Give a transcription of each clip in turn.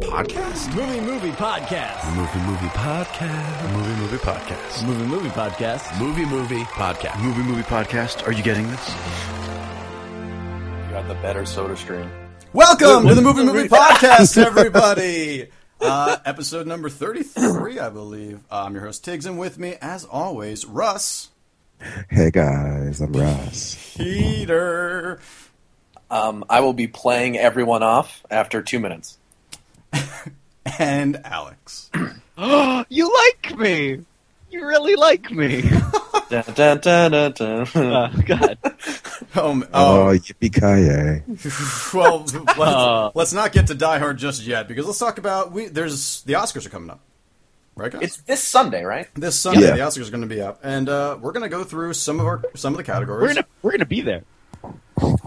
podcast? Movie Movie Podcast. Movie movie podcast. Movie movie podcast. Movie Movie Podcast. Movie movie podcast. Movie Movie Podcast. Are you getting this? You got the better soda stream. Welcome to the Movie Movie Podcast, everybody. Uh, episode number 33, I believe. Uh, I'm your host, Tiggs, and with me, as always, Russ, Hey guys, I'm Ross. Peter, Um, I will be playing everyone off after two minutes. and Alex. you like me. You really like me. Dun, dun, dun, dun, dun. Uh, God. Um, Oh, oh, yippee ki well, let's, let's not get to Die Hard just yet because let's talk about we. There's the Oscars are coming up, right? Guys? It's this Sunday, right? this Sunday. Yeah. The Oscars are going to be up, and uh, we're going to go through some of our some of the categories. We're gonna we're gonna be there.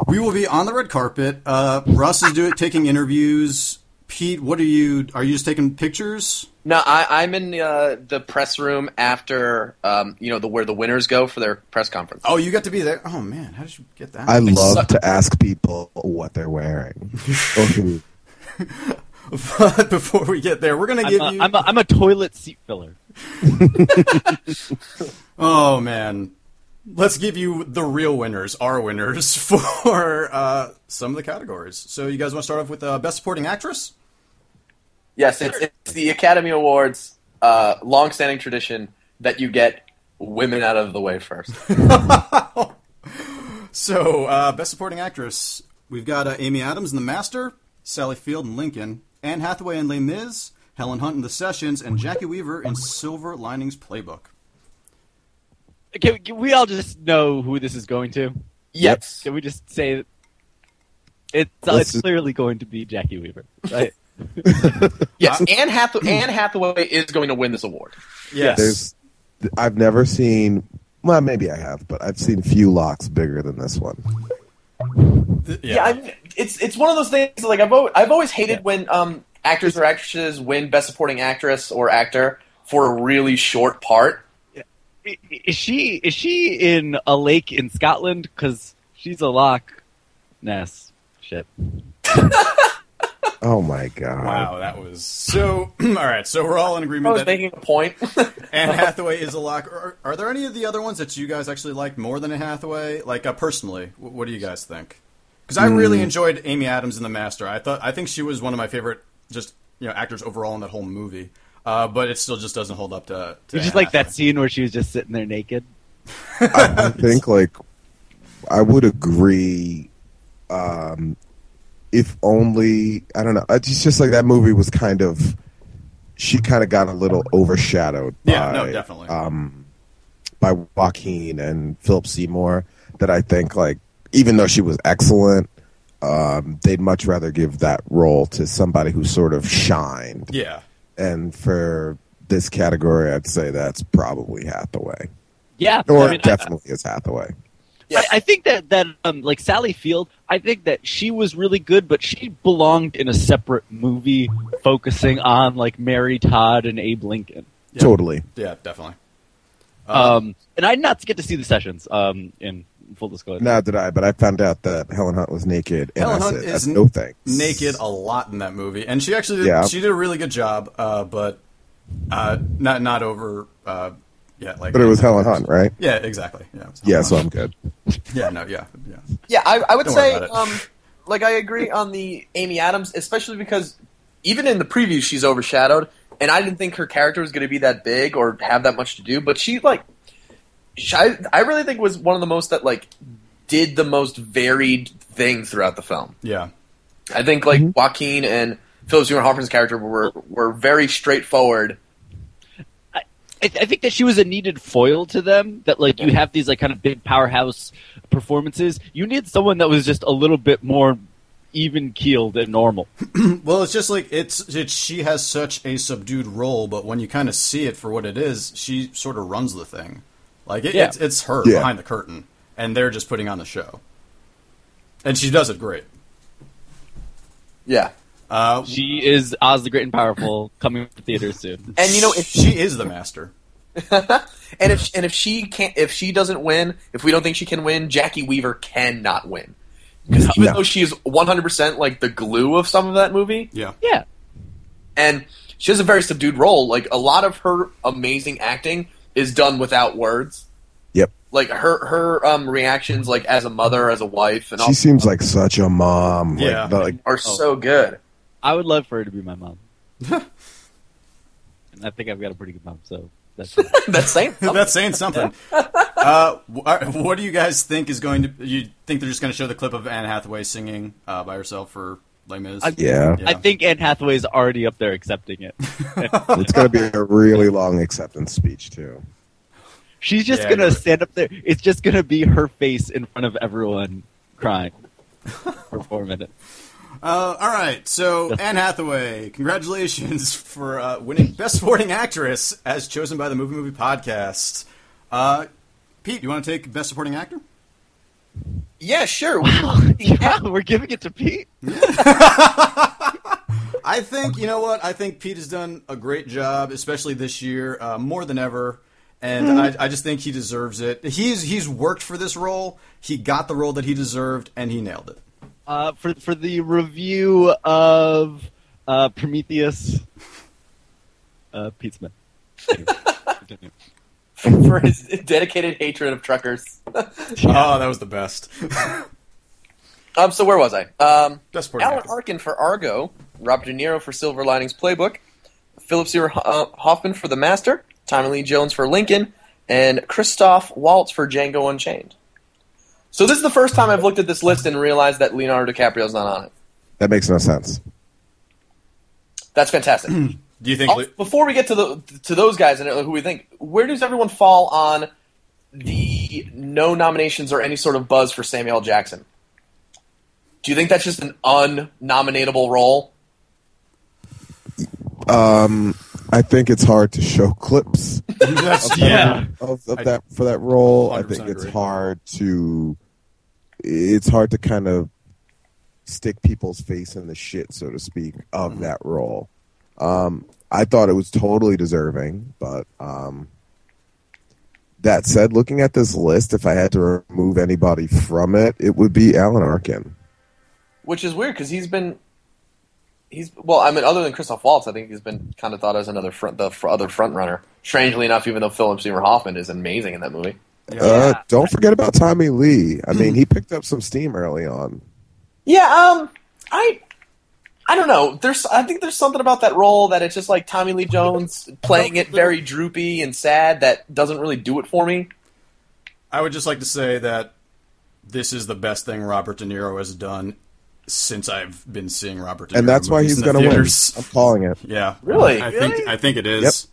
We will be on the red carpet. Uh, Russ is doing taking interviews. Pete, what are you? Are you just taking pictures? No, I, I'm in uh, the press room after um, you know the where the winners go for their press conference. Oh, you got to be there. Oh man, how did you get that? I love to ask people what they're wearing. Or who- but before we get there, we're gonna I'm give a, you. I'm, a, I'm a toilet seat filler. oh man, let's give you the real winners, our winners for uh, some of the categories. So you guys want to start off with uh, best supporting actress? Yes, it's, it's the Academy Awards uh, long-standing tradition that you get women out of the way first. So uh, best supporting actress, we've got uh, Amy Adams in The Master, Sally Field in Lincoln, Anne Hathaway in Les Mis, Helen Hunt in The Sessions, and Jackie Weaver in Silver Linings Playbook. Can, can we all just know who this is going to? Yes, Can we just say that it's, uh, Let's it's just- clearly going to be Jackie Weaver? Right? yes. Anne, Hath- Anne Hathaway is going to win this award. Yes. There's, I've never seen. Well, maybe I have, but I've seen few locks bigger than this one. Yeah, I mean, it's it's one of those things. Like I've always, I've always hated when um, actors or actresses win Best Supporting Actress or Actor for a really short part. I- i- is she is she in a lake in Scotland? Because she's a loch ness. Shit. Oh my god! Wow, that was so. all right, so we're all in I agreement was that making a point. Anne Hathaway is a lock. Are, are there any of the other ones that you guys actually like more than Anne Hathaway? Like uh, personally, wh- what do you guys think? Because I really enjoyed Amy Adams in The Master. I thought I think she was one of my favorite, just you know, actors overall in that whole movie. Uh, but it still just doesn't hold up to. to It's Anne just like that Hathaway. scene where she was just sitting there naked. I think like I would agree. Um, if only I don't know. It's just like that movie was kind of. She kind of got a little overshadowed. Yeah, no, by, definitely. um, by Joaquin and Philip Seymour that I think like even though she was excellent, um, they'd much rather give that role to somebody who sort of shined. yeah, And for this category, I'd say that's probably Hathaway, Yeah, I or mean, I- definitely is Hathaway. Yes. I, I think that that um, like Sally Field, I think that she was really good, but she belonged in a separate movie focusing on like Mary Todd and Abe Lincoln. Yeah. Totally. yeah, definitely. Uh, Uh-huh. Um, and I did not get to see the sessions. Um, in full disclosure, Now did I, but I found out that Helen Hunt was naked, and Helen I Hunt said, is that's n- no thanks. naked a lot in that movie, and she actually did, Yeah. she did a really good job. Uh, but uh, not not over uh, yet. Like, But it was Helen Hunt, right? Yeah, exactly. Yeah, it was Helen Yeah, so Hunt. I'm good. yeah, no, yeah, yeah. Yeah, I, I would Don't worry say, about it. um, like, I agree on the Amy Adams, especially because even in the preview, she's overshadowed, and I didn't think her character was going to be that big or have that much to do, but she, like, she, I, I really think was one of the most that, like, did the most varied thing throughout the film. Yeah. I think, Mm-hmm. like, Joaquin and Philip Seymour Hoffman's character were, were very straightforward. I, I think that she was a needed foil to them. That like you have these like kind of big powerhouse performances, you need someone that was just a little bit more even keeled and normal. Well, it's just like it's it, she has such a subdued role, but when you kind of see it for what it is, she sort of runs the thing. Like it, Yeah. it's it's her Yeah. behind the curtain, and they're just putting on the show, and she does it great. Yeah. Uh, She is Oz the Great and Powerful coming to theaters soon. And, you know, if she is the master. And if and if she can't, if she doesn't win, if we don't think she can win, Jackie Weaver cannot win. Because even No. though she is 100 percent like the glue of some of that movie, Yeah, Yeah. and she has a very subdued role. Like a lot of her amazing acting is done without words. Yep. Like her her um, reactions, like as a mother, as a wife, and all She seems like such a mom. like, Yeah. the- like, are so good. I would love for her to be my mom. and I think I've got a pretty good mom, so that's That's saying something. That's saying something. uh, wh- are- what do you guys think is going to? You think they're just going to show the clip of Anne Hathaway singing uh, by herself for Les Mis? I- yeah. Yeah. I think Anne Hathaway's already up there accepting it. It's going to be a really long acceptance speech, too. She's just Yeah, I know. gonna stand up there. It's just gonna be her face in front of everyone crying for four minutes. Uh, all right, so Anne Hathaway, congratulations for uh, winning Best Supporting Actress as chosen by the Movie Movie Podcast. Uh, Pete, you want to take Best Supporting Actor? yeah, sure. Yeah, we're giving it to Pete. I think you know what I think Pete has done a great job, especially this year, uh, more than ever. And Mm-hmm. I, I just think he deserves it. He's he's worked for this role. He got the role that he deserved, and he nailed it. Uh, for for the review of uh, Prometheus, uh, Pete Smith. Continue. for his dedicated hatred of truckers. Oh, that was the best. Um, so where was I? Um, Best supporting Alan actor. Arkin for Argo, Robert De Niro for Silver Linings Playbook, Philip Seymour Ho- uh, Hoffman for The Master, Tommy Lee Jones for Lincoln, and Christoph Waltz for Django Unchained. So this is the first time I've looked at this list and realized that Leonardo DiCaprio's not on it. That makes no sense. That's fantastic. Do you think? Also, before we get to the to those guys and uh, who we think, where does everyone fall on the no nominations or any sort of buzz for Samuel L. Jackson? Do you think that's just an unnominatable role? I think it's hard to show clips That's- Yeah. of, of I- that for that role. I 100% think it's agree. hard to it's hard to kind of stick people's face in the shit, so to speak, of Mm-hmm. that role. Um, I thought it was totally deserving, but um, that said, looking at this list, if I had to remove anybody from it, it would be Alan Arkin. Which is weird because he's been he's well, I mean, other than Christoph Waltz, I think he's been kind of thought as another front the fr- other front runner. Strangely enough, even though Philip Seymour Hoffman is amazing in that movie. Uh, don't forget about Tommy Lee. I Mm-hmm. mean, he picked up some steam early on. Yeah, um, I, I don't know. There's, I think there's something about that role that it's just like Tommy Lee Jones playing it very droopy and sad that doesn't really do it for me. I would just like to say that this is the best thing Robert De Niro has done since I've been seeing Robert. De Niro and that's why movies he's in the going to win. theaters. I'm calling it. Yeah, Really? I think Really? I think it is.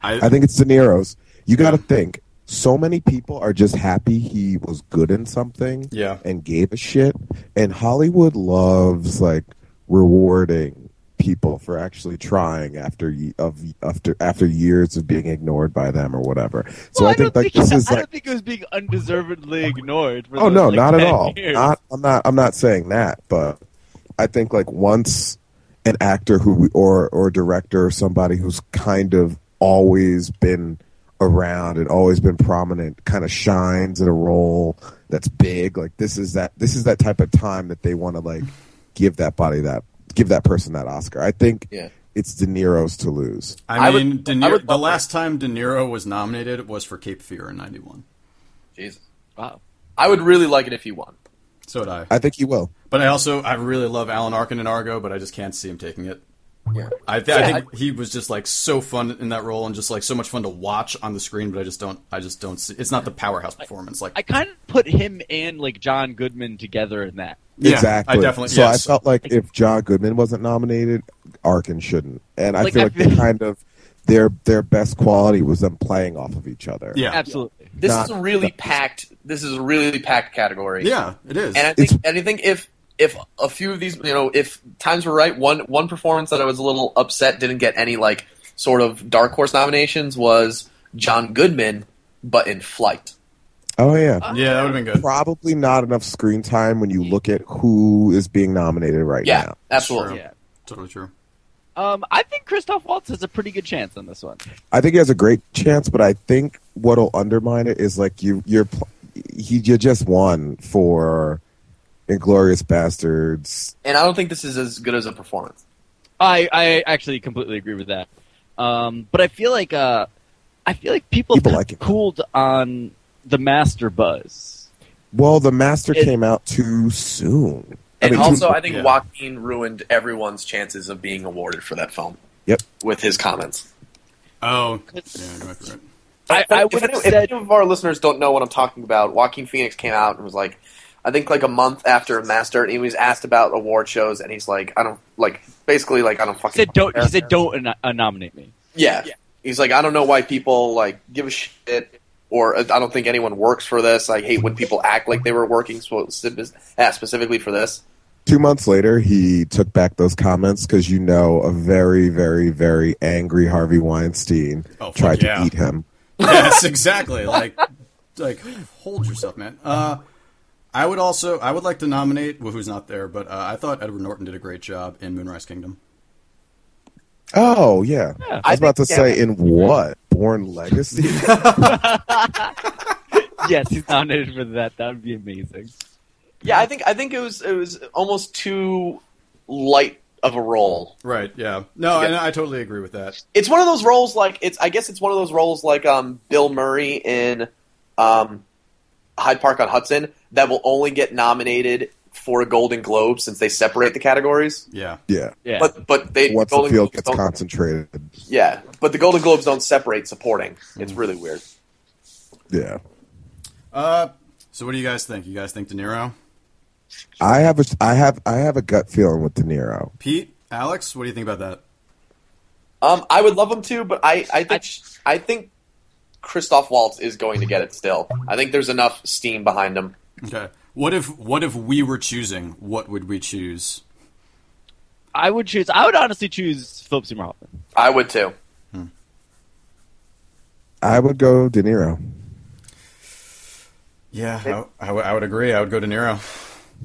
I think it's De Niro's. You got to think. So many people are just happy he was good in something Yeah. and gave a shit. And Hollywood loves like rewarding people for actually trying after ye- of after after years of being ignored by them or whatever. So Well, I think don't like this he- is I like don't think it was being undeservedly ignored. For Oh those, no, like, not at 10 all. years. Not, I'm not. I'm not saying that, but I think like once an actor who or or director or somebody who's kind of always been around and always been prominent kind of shines in a role that's big. Like this is that this is that type of time that they want to like give that body that give that person that Oscar. I think Yeah. it's De Niro's to lose. I I would- mean, De I Niro, would the love last time De Niro was nominated was for Cape Fear in '91. Jesus, Wow. I would really like it if he won. So did I. I think he will. But I also I really love Alan Arkin in Argo, but I just can't see him taking it. Yeah. I, th- I Yeah, think he was just like so fun in that role and just like so much fun to watch on the screen, but I just don't. I just don't see. It's not the powerhouse performance. Like I kind of put him and like John Goodman together in that. Yeah, exactly. I definitely- So yes. I felt like if John Goodman wasn't nominated, Arkin shouldn't. And I Like, feel I like they feel- kind of their their best quality was them playing off of each other. yeah, Absolutely. This Not- is a really packed. This is a really packed category. yeah, it is. and I It's- think and I think if if a few of these, you know, if times were right, one one performance that I was a little upset didn't get any like sort of dark horse nominations was John Goodman, but in Flight. Oh yeah. yeah, that would Uh, have been good. Probably not enough screen time when you look at who is being nominated right Yeah, now. absolutely. Yeah. Totally true. Um, I think Christoph Waltz has a pretty good chance on this one. I think he has a great chance, but I think what'll undermine it is like you you're pl- he you just won for Inglorious Bastards. And I don't think this is as good as a performance. I, I actually completely agree with that. Um, but I feel like uh, I feel like people, People have like it. cooled on the master buzz. Well, the master It- came out too soon. I And mean, also, too- I think yeah. Joaquin ruined everyone's chances of being awarded for that film. Yep. With his comments. Oh, yeah, you might be right. I, I would if, have any, said if any of our listeners don't know what I'm talking about, Joaquin Phoenix came out and was like, I think like a month after Master, and he was asked about award shows, and he's like, I don't like, basically like, I don't he fucking. said don't he care." said don't uh, nominate me. Yeah. He's like, I don't know why people like give a shit, or uh, I don't think anyone works for this. I hate when people act like they were working sp- uh, specifically for this. two months later, he took back those comments because you know a very, very, very angry Harvey Weinstein Oh, fuck tried to yeah. eat him. yes, exactly. Like, like hold yourself, man. Uh, I would also, I would like to nominate well, who's not there, but uh, I thought Edward Norton did a great job in Moonrise Kingdom. Oh yeah, I I was about to think- yeah. say in what Born Legacy. Yes, he's nominated for that. That would be amazing. Yeah, I think I think it was it was almost too light of a role. Right. Yeah. No, Yeah. and I totally agree with that. It's one of those roles like it's I guess it's one of those roles like um, Bill Murray in um, Hyde Park on Hudson that will only get nominated for a Golden Globe since they separate the categories. Yeah. yeah, Yeah. But but they once the Golden field Globes gets don't- concentrated. Yeah, but the Golden Globes don't separate supporting. Mm. It's really weird. Yeah, Uh, so what do you guys think? You guys think De Niro, I have a, I have, I have a gut feeling with De Niro. Pete, Alex? What do you think about that? Um, I would love him too, but I I think I, think Christoph Waltz is going to get it still. I think there's enough steam behind him. Okay. What if What if we were choosing? What would we choose? I would choose. I would honestly choose Philip Seymour Hoffman. I would too. I would go De Niro. Yeah, I, I would- I would agree. I would go De Niro.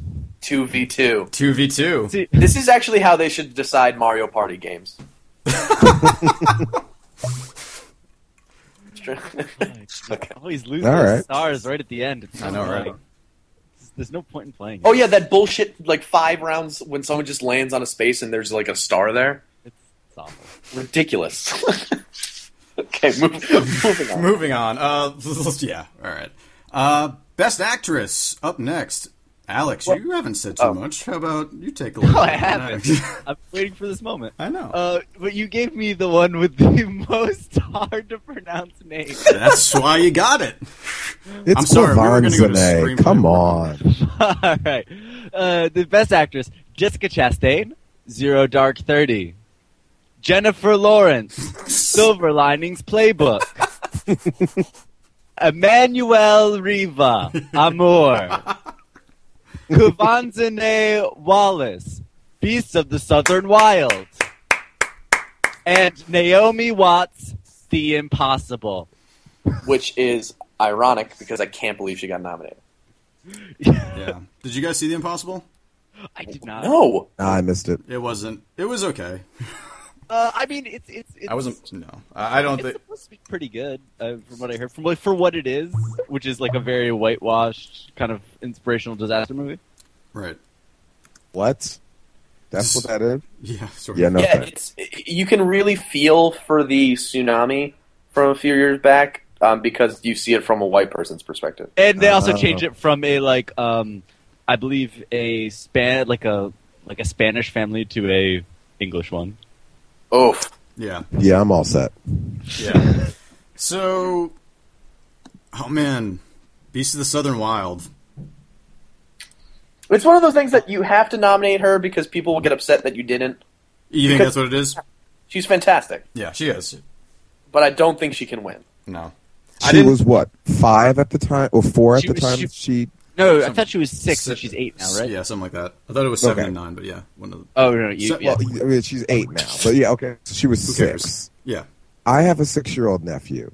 Two v two. Two v two. See, This is actually how they should decide Mario Party games. oh, he's losing All his right. stars right at the end. It's I not know, right? like- There's no point in playing. oh yeah, that bullshit like five rounds when someone just lands on a space and there's like a star there. It's, it's awful. Ridiculous. okay, move, moving on. Moving on. Uh, yeah. All right. Uh, best actress up next. Alex, you haven't said too oh. much. How about you take a look? No, I haven't. I'm waiting for this moment. I know. Uh, but you gave me the one with the most hard to pronounce name. That's why you got it. It's I'm sorry, we were Govan gonna go to Zane. Scream Come Queen. on, All right. Uh, the best actress Jessica Chastain, Zero Dark 30. Jennifer Lawrence, Silver Linings Playbook. Emmanuel Riva, Amor. Kuvanzane Wallace, Beasts of the Southern Wild. And Naomi Watts, The Impossible. Which is ironic because I can't believe she got nominated. Yeah. Did you guys see The Impossible? I did not. No. Nah, I missed it. It wasn't. It was okay. Uh, I mean, it's, it's, it's I wasn't. No, I I don't It's think. supposed to be pretty good, uh, from what I heard. From like, for what it is, which is like a very whitewashed kind of inspirational disaster movie. Right. What? That's what that is. Yeah. Sort of. Yeah, no. Yeah, thanks. it's, you can really feel for the tsunami from a few years back um, because you see it from a white person's perspective. And they also Oh. changed it from a like, um, I believe a span like a like a Spanish family to a English one. Oh, Yeah. Yeah, I'm all set. Yeah. so, oh man, Beast of the Southern Wild. it's one of those things that you have to nominate her because people will get upset that you didn't. You think Because- that's what it is? She's fantastic, Yeah, she is. but I don't think she can win. No. I She didn't- was what five at the time or four at She the was- time. she- She, No, I thought she was six, Si- and she's eight now, right? Yeah, something like that. I thought it was seven Okay. and nine, but yeah, one of the, Oh no, you, So- yeah. well, I mean, she's eight now, but yeah, okay. So she was who cares? six. Yeah. I have a six-year-old nephew.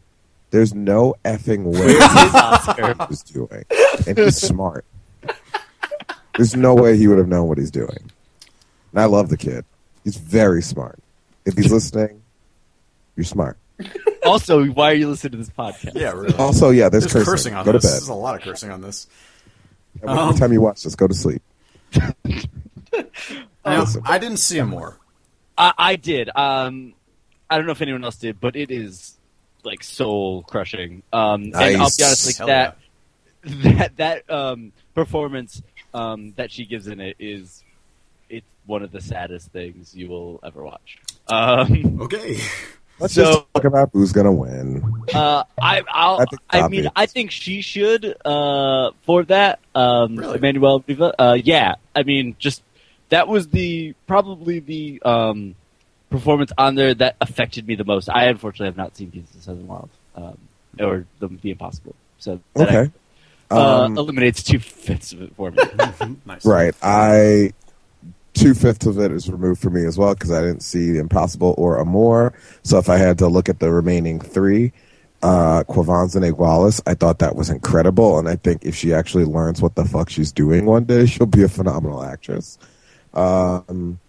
There's no effing way His Oscar. he was doing, and he's smart. There's no way he would have known what he's doing. And I love the kid. He's very smart. If he's listening, you're smart. also, why are you listening to this podcast? Yeah, really. Also, yeah, there's, There's cursing cursing. on go this. to bed. There's a lot of cursing on this. And Every time you watch this, go to sleep. Now, Oh, Listen. I didn't see him more. I, I did. Um, I don't know if anyone else did, but it is like soul crushing. Um, And I'll Nice. be honest, like Hell that, that that um performance um that she gives in it is it's one of the saddest things you will ever watch. Um, Okay. Let's So- just talk about who's gonna win. uh, I I I'll, I, think it's mean obvious. I think she should uh for that um Really? Emmanuel Riva. Uh, yeah, I mean just that was the probably the um performance on there that affected me the most. I unfortunately have not seen Beasts of the Southern Wild um, or the, the Impossible. So that Okay. I, uh, Um, eliminates two fifths of it for me. nice. Right. I two fifths of it is removed for me as well because I didn't see the Impossible or Amor. So if I had to look at the remaining three, uh, Quavans and Igualis, I thought that was incredible, and I think if she actually learns what the fuck she's doing one day, she'll be a phenomenal actress. Um,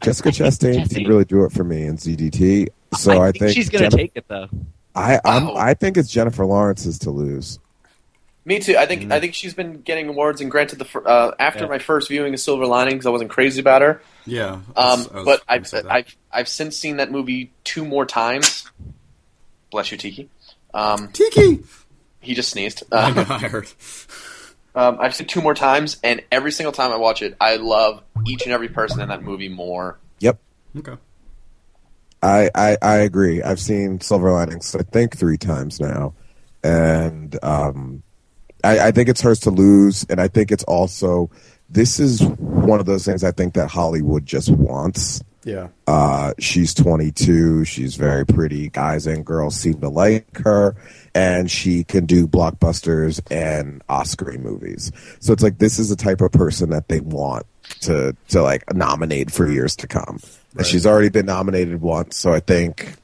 Jessica I think Chastain Chastain- didn't really do it for me in ZDT. So I, think, she's gonna Jennifer- take Oh. it though. I I'm, Wow. I think it's Jennifer Lawrence's to lose. Me too. I think Mm-hmm. I think she's been getting awards, and granted, the fir- uh, after Yeah. my first viewing of Silver Linings, I wasn't crazy about her. Yeah. Um, I was- I but I've, was gonna say that. I've I've since seen that movie two more times. Bless you, Tiki. Um, Tiki. he just sneezed. I Uh, know, I heard. um, I've seen it two more times, and every single time I watch it, I love each and every person in that movie more. Yep. Okay. I, I I agree. I've seen Silver Linings I think three times now, and um, I, I think it's hers to lose, and I think it's also this is one of those things I think that Hollywood just wants. Yeah. Uh, she's 22. She's very pretty. Guys and girls seem to like her, and she can do blockbusters and Oscar movies. So it's like this is the type of person that they want to to like nominate for years to come. And she's already been nominated once, so I think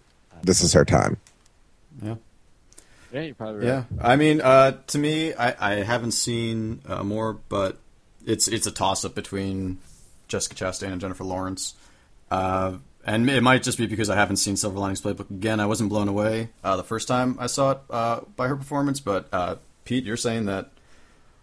this is her time. Yeah. Yeah, you're probably right. Yeah, I mean, uh, to me, I, I haven't seen uh, more, but it's it's a toss up between Jessica Chastain and Jennifer Lawrence, uh, and it might just be because I haven't seen Silver Linings Playbook again. I wasn't blown away uh, the first time I saw it uh, by her performance, but uh, Pete, you're saying that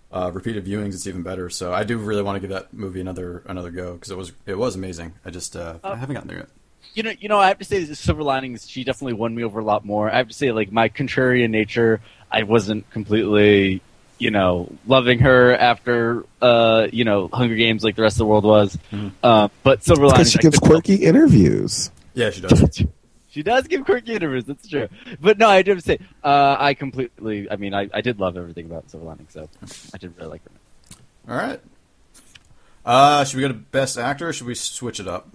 uh, repeated viewings it's even better. So I do really want to give that movie another another go because it was it was amazing. I just uh, I haven't gotten there yet. you know, you know, I have to say, the Silver Linings. She definitely won me over a lot more. I have to say, like my contrarian nature, I wasn't completely, you know, loving her after, uh, you know, Hunger Games like the rest of the world was. Uh, but Silver Because Linings, she I gives couldn't help- quirky interviews. Yeah, she does. she does give quirky interviews. That's true. But no, I do have to say, uh, I completely. I mean, I, I did love everything about Silver Linings, so I did really like her. All right. Uh, should we go to Best Actor? or Should we switch it up?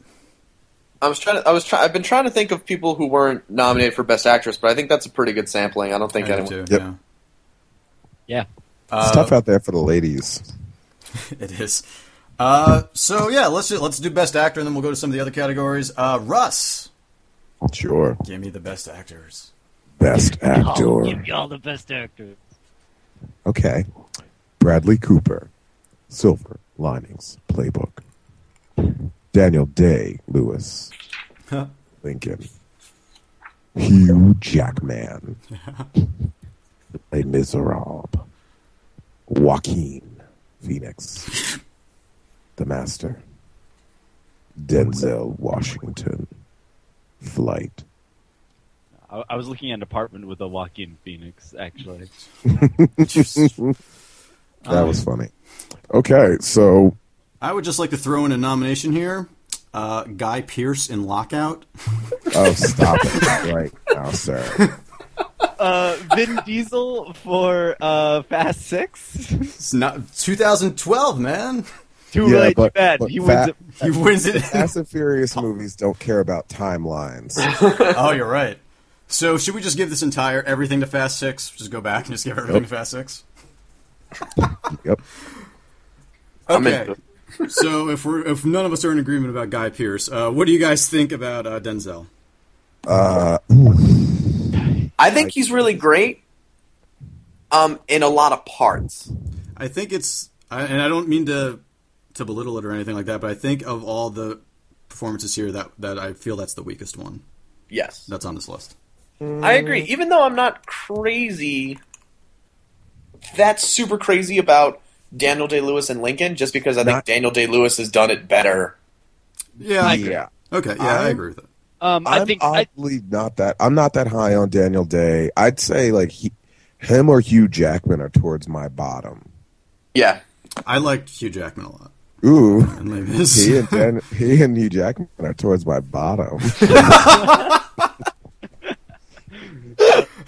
I was trying. To, I was trying. I've been trying to think of people who weren't nominated for Best Actress, but I think that's a pretty good sampling. I don't think I do anyone. too, Yep. yeah. Yeah, It's Uh, tough out there for the ladies. It is. Uh, so yeah, let's do, let's do best actor, and then we'll go to some of the other categories. Uh, Russ, Sure. give me the best actors. Best actor. give you all the best actors. Okay. Bradley Cooper, Silver Linings Playbook. Daniel Day Lewis, Lincoln. Hugh Jackman, Les Miserables. Joaquin Phoenix, The Master. Denzel Washington, Flight. I, I was looking at an apartment with a walk-in Phoenix, actually. That was funny. Okay, so I would just like to throw in a nomination here. Uh, Guy Pierce in Lockout. oh, stop it right now, sir. uh, Vin Diesel for uh, Fast Six. It's not 2012, man. Too Yeah, late, too but- bad. but he Fa- wins it. He wins it. Fast and Furious movies don't care about timelines. oh, you're right. So should we just give this entire everything to Fast Six? Just go back and just give everything to Fast Six. yep. I'm Okay. into it. so if we're if none of us are in agreement about Guy Pierce, uh, what do you guys think about uh, Denzel? I think he's really great. Um, in a lot of parts. I think it's, I, and I don't mean to to belittle it or anything like that, but I think of all the performances here, that that I feel that's the weakest one Yes, that's on this list. I agree. Even though I'm not crazy, that's super crazy about Daniel Day Lewis and Lincoln, just because I think Not- Daniel Day Lewis has done it better. Yeah, Yeah. Okay, yeah, I, I'm- agree with it. Um, I I'm think I, oddly not that. I'm not that high on Daniel Day. I'd say like he, him or Hugh Jackman are towards my bottom. Yeah, I liked Hugh Jackman a lot. Ooh, And Les Mis. he and Dan, he and Hugh Jackman are towards my bottom.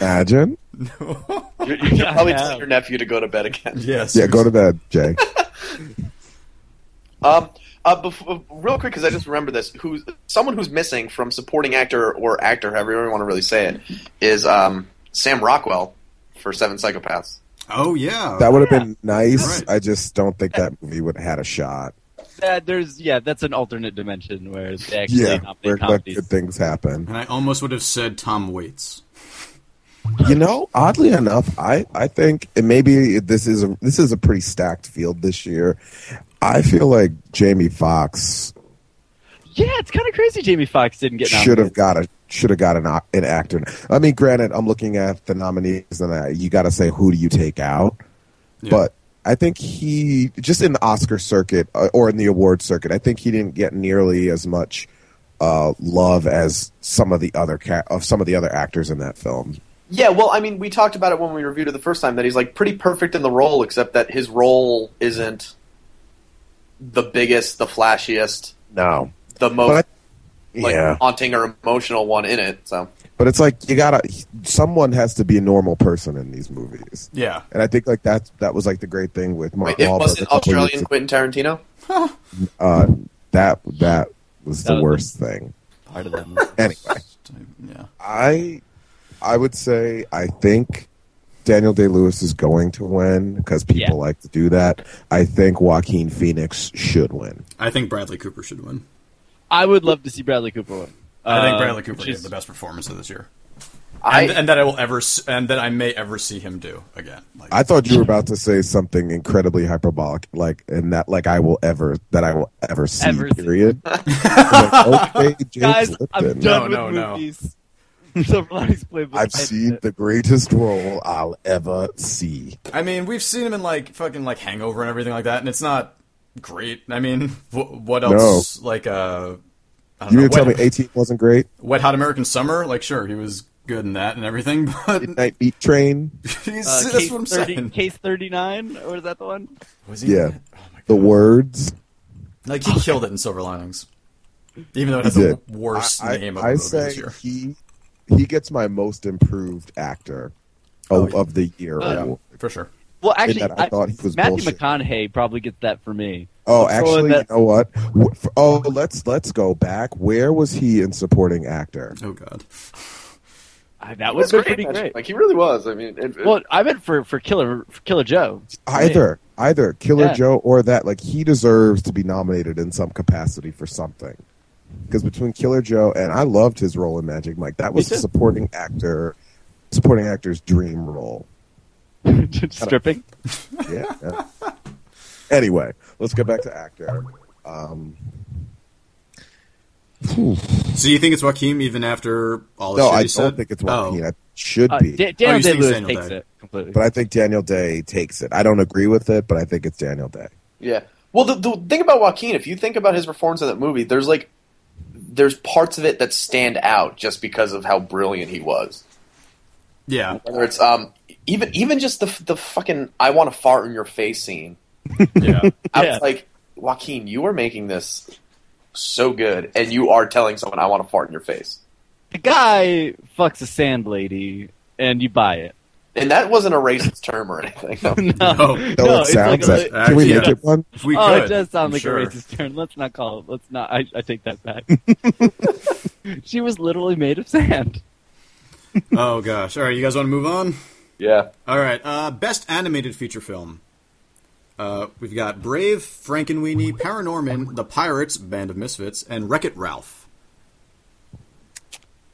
Imagine. you're, you're probably telling I have. your nephew to go to bed again. yes. Yeah, go to bed, Jay. Um, uh, before, real quick, because I just remembered this. Who's someone who's missing from supporting actor or actor, however you want to really say it, is um, Sam Rockwell for Seven Psychopaths. Oh yeah. That would have been nice. Right. I just don't think that movie would have had a shot. uh, there's yeah, that's an alternate dimension where they actually Yeah, where nominate let comedies. good things happen. and I almost would have said Tom Waits. You know, oddly enough, I, I think and maybe this is a this is a pretty stacked field this year. I feel like Jamie Foxx Yeah, it's kind of crazy. Jamie Foxx didn't get should have nominated. got a should have got an o- an actor. I mean, granted, I'm looking at the nominees and I, you got to say who do you take out, Yeah. but. I think he just in the Oscar circuit uh, or in the award circuit. I think he didn't get nearly as much uh, love as some of the other ca- of some of the other actors in that film. Yeah, well, I mean, we talked about it when we reviewed it the first time that he's like pretty perfect in the role, except that his role isn't the biggest, the flashiest, No, the most But I- like yeah, haunting or emotional one in it. So but it's like you gotta. Someone has to be a normal person in these movies, Yeah. and I think like that that was like the great thing with Mark Wait, it Wahlberg. a wasn't couple years Australian Quentin Tarantino. uh, that that was the That was- worst thing. part of that movie. Anyway, Yeah. I I would say I think Daniel Day Lewis is going to win because people Yeah. like to do that. I think Joaquin Phoenix should win. I think Bradley Cooper should win. I would love to see Bradley Cooper win. I think Uh, Bradley Cooper which gave is- the best performance of this year, I and, and that I will ever, s- and that I may ever see him do again. Like, I thought you were about to say something incredibly hyperbolic, like and that like I will ever that I will ever see. Ever see. period. I'm like, okay, James Guys, I'm Lipton. done No, with no, no. movies. Silverlighting's playbook. I've seen the greatest role I'll ever see. I mean, we've seen him in like fucking like Hangover and everything like that, and it's not great. I mean, wh- what else? Like, uh, I don't You know, mean to tell me Wet, 18 wasn't great? Wet Hot American Summer. Like, sure, he was good in that and everything, but Midnight Beat Train, he's, Uh, that's case, what I'm 30 saying. case 39, or is that the one? Was he? in Yeah. that? Oh my The God. Words. Like he killed it in Silver Linings, even though it has He the did. worst I, name of I a movie say this year. he he gets my most improved actor Oh, of, yeah. of the year. Yeah, award. for sure. Well, actually, that I thought he was Matthew bullshit. McConaughey probably gets that for me. Oh, Throwing actually, that- you know what? Wh- f- Oh, let's let's go back. Where was he in supporting actor? Oh God. I- that He was pretty actually. great. Like he really was. I mean, it, it- well, I meant for, for Killer for Killer Joe. Either either Killer Yeah. Joe or that. Like he deserves to be nominated in some capacity for something. Because between Killer Joe and I loved his role in Magic Mike. That was too. a supporting actor, supporting actor's dream role. stripping. yeah. yeah. Anyway, let's get back to actor. Um, So you think it's Joaquin even after all the no, shit I he don't said? think it's Oh. Joaquin. It should Uh, be, Da- Oh, Daniel you Day think Lewis Daniel takes Day. it completely. but I think Daniel Day takes it. I don't agree with it, but I think it's Daniel Day. Yeah. Well, the, the thing about Joaquin, if you think about his performance in that movie, there's like there's parts of it that stand out just because of how brilliant he was. Yeah. Whether it's um even even just the the fucking I want to fart in your face scene. Yeah. I Yeah. was like, Joaquin, you are making this so good, and you are telling someone I want to fart in your face, the guy fucks a sand lady, and you buy it. and that wasn't a racist term or anything. no. No. No, it it's sounds like a- like Can we Yeah. make it one? If we oh, could, it does sound I'm like sure. a racist turn. Let's not call it. Let's not. I, I take that back. she was literally made of sand. Oh gosh. All right, you guys want to move on? Yeah. All right. Uh, best animated feature film. Uh, we've got Brave, Frankenweenie, Paranorman, The Pirates, Band of Misfits, and Wreck It Ralph.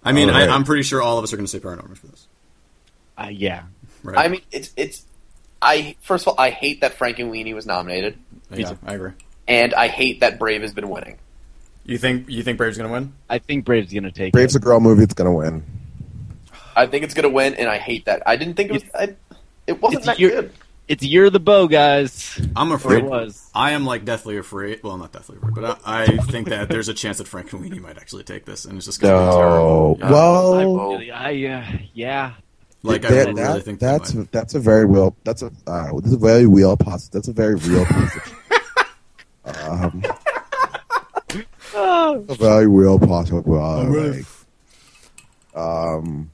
I mean, All right. I, I'm pretty sure all of us are going to say Paranorman for this, Uh, yeah, right? I mean, it's it's. I first of all, I hate that Frank and Weenie was nominated, yeah, I agree. and I hate that Brave has been winning. You think you think Brave's going to win? I think Brave's gonna take Brave's a it. girl movie. It's gonna win. I think it's gonna win, and I hate that. I didn't think it was. I, it wasn't It's that your- good. it's year of the bow, guys. I'm Or afraid it was. I am like deathly afraid. Well, not deathly afraid, but I, I think that there's a chance that Frank and Weenie might actually take this, and it's just going to be terrible. No. Yeah. I Well, really, I uh, yeah. Like I that- really that- think they that's might. that's a very real that's a uh, that's a very real poss- that's a very real possibility. um, Oh. a very real possibility. really- um,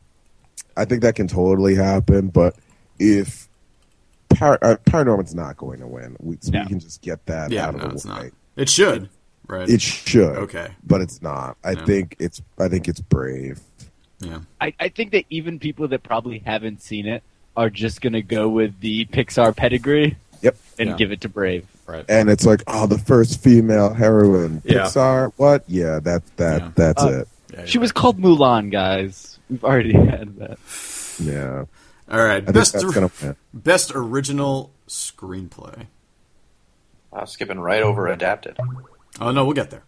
I think that can totally happen, but if Par- uh, Paranorman's not going to win, we, so No. we can just get that yeah, out of no, the it's not. way. It should, right? It should, Okay. but it's not. I No. think it's I think it's brave. Yeah. I, I think that even people that probably haven't seen it are just gonna go with the Pixar pedigree Yep. and Yeah. give it to Brave. Right. and it's like, oh, the first female heroine, Yeah. Pixar. What? Yeah, that that Yeah. that's Uh, it. She was called Mulan, guys. We've already had that. Yeah, All right. I think Best that's or- gonna win. best original screenplay. Wow, skipping right over adapted. Oh no, we'll get there.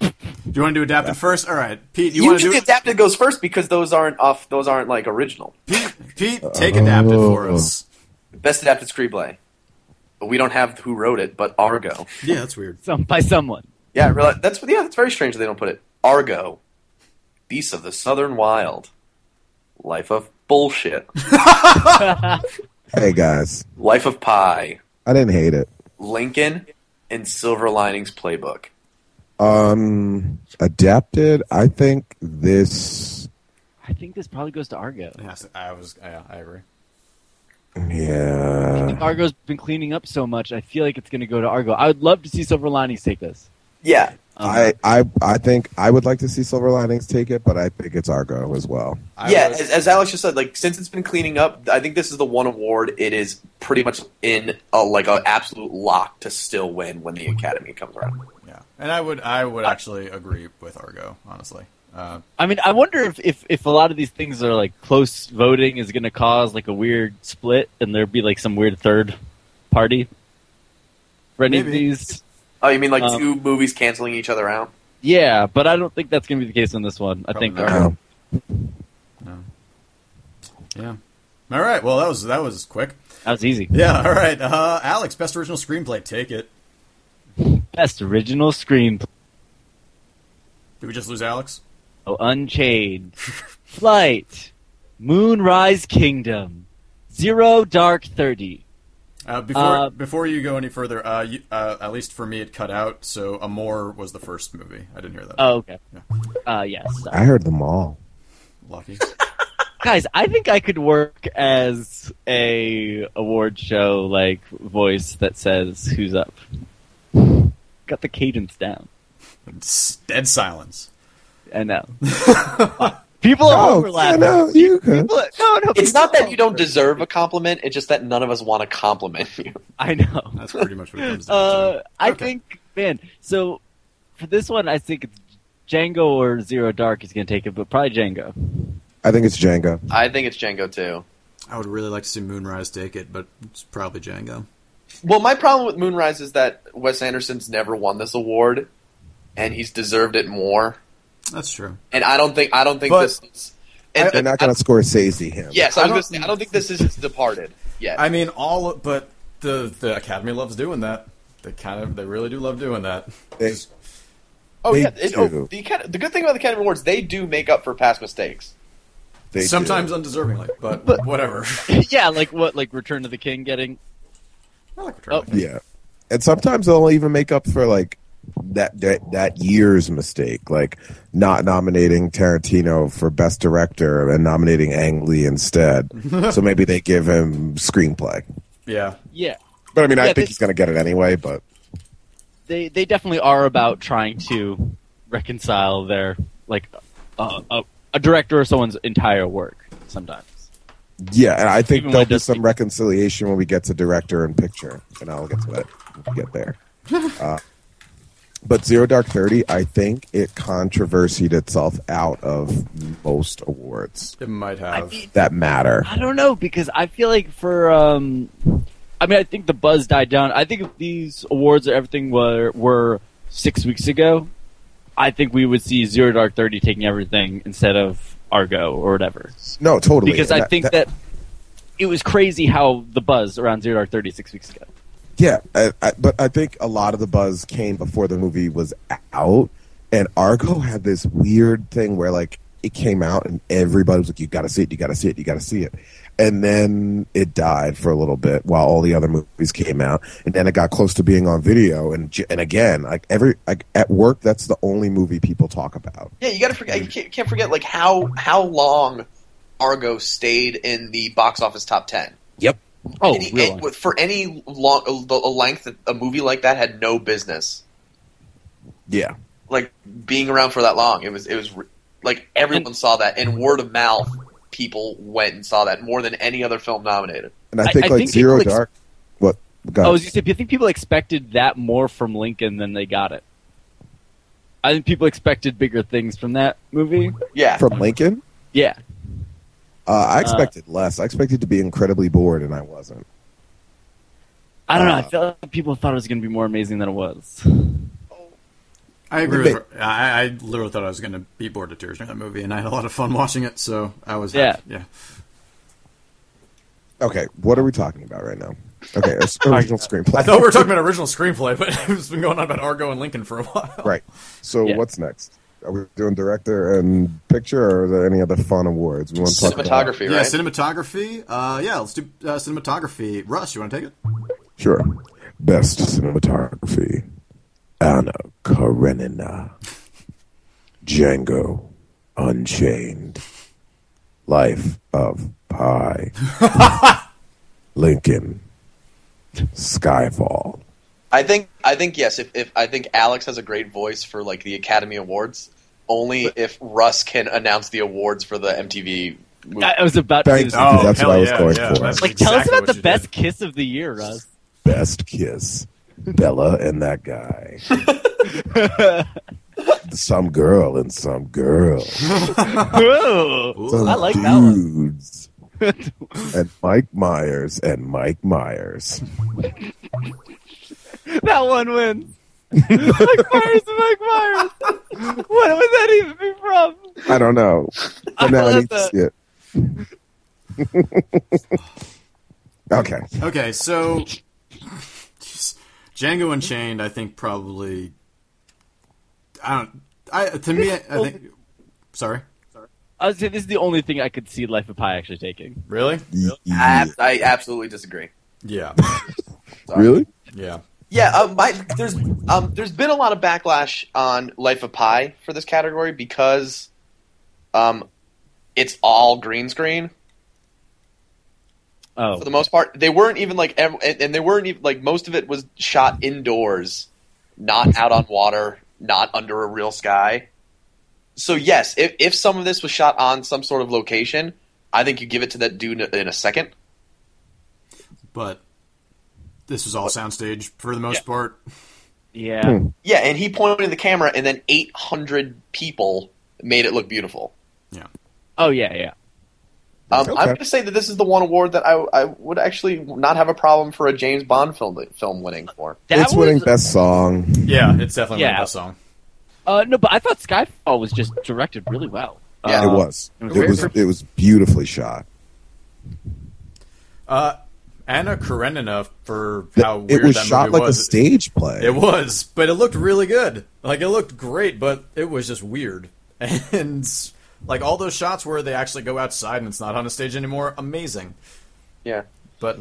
Do you want to do adapted first? All right, Pete. You, You, want to think do it? adapted goes first because those aren't off. Those aren't like original. Pete, Pete, take adapted for Oh. us. Best adapted screenplay. We don't have who wrote it, but Argo. Yeah, that's weird. Some by someone. Yeah, I realize, that's yeah, that's very strange that they don't put it. Argo, Beasts of the Southern Wild, Life of Bullshit, Hey guys, Life of Pi, I didn't hate it. Lincoln, and Silver Linings Playbook. Um, adapted. I think this. I think this probably goes to Argo. Yeah, so I was. Yeah, I agree. Yeah, Argo's been cleaning up so much. I feel like it's going to go to Argo. I would love to see Silver Linings take this. Yeah, Um, I, I I think I would like to see Silver Linings take it, but I think it's Argo as well. I yeah. was- As, as Alex just said, like since it's been cleaning up, I think this is the one award it is pretty much in a, like an absolute lock to still win when the Academy comes around. yeah, and I would. I would actually agree with Argo. Honestly, uh, I mean, I wonder if, if, if a lot of these things are like close voting is going to cause like a weird split and there'd be like some weird third party for any of Maybe. these. Oh, you mean like Um, two movies canceling each other out? Yeah, but I don't think that's going to be the case on this one. I think Probably Oh. Argo. Um, yeah. All right. Well, that was that was quick. That was easy. Yeah. All right. Uh, Alex, best original screenplay. Take it. Best original screenplay. Did we just lose Alex? Oh, Unchained, Flight, Moonrise Kingdom, Zero Dark Thirty. Uh, before Uh, before you go any further, uh, you, uh, at least for me, it cut out. So Amor was the first movie. I didn't hear that. Oh, okay. Yeah. Uh, yes. I heard them all. Lucky. guys i think i could work as a award show like voice that says who's up got the cadence down S- Dead silence. i know people are Oh, yeah, overlapping no, you could. People are- no, no, It's people not that are- you don't deserve a compliment; it's just that none of us want to compliment you. i know That's pretty much what it comes down uh, to. i Okay. think man so for this one i think it's django or zero dark is going to take it but probably django I think it's Django. I think it's Django too. I would really like to see Moonrise take it, but it's probably Django. Well, my problem with Moonrise is that Wes Anderson's never won this award, and he's deserved it more. That's true. And I don't think I don't think But- this. Is, and, They're not going to Scorsese him. yes, I I was don't- going to say I don't think this is Departed yet. I mean, all but the the Academy loves doing that. They kind of they really do love doing that. They- Just- oh they yeah, it- oh, do. the, Acad- the good thing about the Academy Awards, they do make up for past mistakes. they do. sometimes undeservingly, but, But- whatever. yeah like what like return of the king getting I like Oh. Return of the King. Yeah, and sometimes they'll even make up for like that that, that year's mistake, like not nominating Tarantino for best director and nominating Ang Lee instead. so maybe they give him screenplay. yeah. yeah But I mean, I Yeah, think they- he's going to get it anyway. But they they definitely are about trying to reconcile their like uh, a, a director or someone's entire work sometimes. yeah, and I think Even when there'll it be does- some reconciliation when we get to director and picture, and I'll get to that. When we get there. Uh, but Zero Dark Thirty, I think it controversied itself out of most awards It might I have. mean, that matter. I don't know because I feel like for um, I mean I think the buzz died down. I think if these awards or everything were were six weeks ago, I think we would see Zero Dark Thirty taking everything instead of Argo or whatever No, totally. because And I that- think that- that it was crazy how the buzz around Zero Dark Thirty six weeks ago. Yeah, I, I, but I think a lot of the buzz came before the movie was out, and Argo had this weird thing where like it came out and everybody was like, "You got to see it, you got to see it, you got to see it," and then it died for a little bit while all the other movies came out, and then it got close to being on video, and j- and again, like every like at work, that's the only movie people talk about. Yeah, you gotta forget. You can't, can't forget like how how long Argo stayed in the box office top ten. Oh, Any- real and- for any long a, a length that a movie like that had no business Yeah, like being around for that long. It was it was re- like everyone saw that, and word of mouth, people went and saw that more than any other film nominated. and I I- think I like think Zero people ex- Dark. What? Go I ahead. was just saying, I think people expected that more from Lincoln than they got it. I think people expected bigger things from that movie. Mm-hmm. Yeah, from Lincoln. Yeah, Uh, I expected less. I expected to be incredibly bored, and I wasn't. I don't know. I Uh, felt like people thought it was going to be more amazing than it was. I agree. With, But- I, I literally thought I was going to be bored to tears during that movie, and I had a lot of fun watching it. So I was, Yeah. happy. yeah. Okay, what are we talking about right now? Okay, it's original screenplay. I thought we were talking about original screenplay, but it's been going on about Argo and Lincoln for a while. right. So Yeah. what's next? Are we doing director and picture, or are there any other fun awards we want to talk about? cinematography, Yeah, right? cinematography. Uh, yeah, let's do uh, cinematography. Russ, you want to take it? Sure. Best cinematography: Anna Karenina, Django Unchained, Life of Pi, Lincoln, Skyfall. I think I think yes. If, if I think Alex has a great voice for like the Academy Awards, only if Russ can announce the awards for the MTV. Movie. I, I was about to. Thank do you. that. that's what I was going for. that's Like, tell us exactly what about the you best did. kiss of the year, Russ. best kiss bella and that guy some girl and some girl Whoa, some I like that one. dudes. and mike myers and mike myers That one wins. Mike Myers, Mike Myers. what would that even be from? i don't know but now i need to see it okay Okay, so Jeez. Django Unchained, I think probably. I don't. I to me, I, I think. Sorry. I was saying this is the only thing I could see Life of Pi actually taking. Really? Yeah. I, I absolutely disagree. Yeah. really Yeah. Yeah, uh, my, there's um, there's been a lot of backlash on Life of Pi for this category because um, it's all green screen Oh, for the most part. They weren't even like, ev- and and they weren't even like most of it was shot indoors, not out on water, not under a real sky. So yes, if if some of this was shot on some sort of location, I think you give it to that dude in a- in a second. But this was all soundstage for the most Yeah. part. yeah. Yeah, and he pointed the camera, and then 800 people made it look beautiful. Oh yeah, yeah. Um, Okay. I'm going to say that this is the one award that I, I would actually not have a problem for a James Bond film film winning for. That it's winning best song Yeah, it's definitely Yeah. a song. Uh, no, but I thought Skyfall was just directed really well. Yeah. it Uh, was it was it was perfect. it was beautifully shot Uh, Anna Karenina for how it weird was that shot movie like was. a stage play It was, but it looked really good. Like it looked great, but it was just weird. And like all those shots where they actually go outside and it's not on a stage anymore, amazing. Yeah, But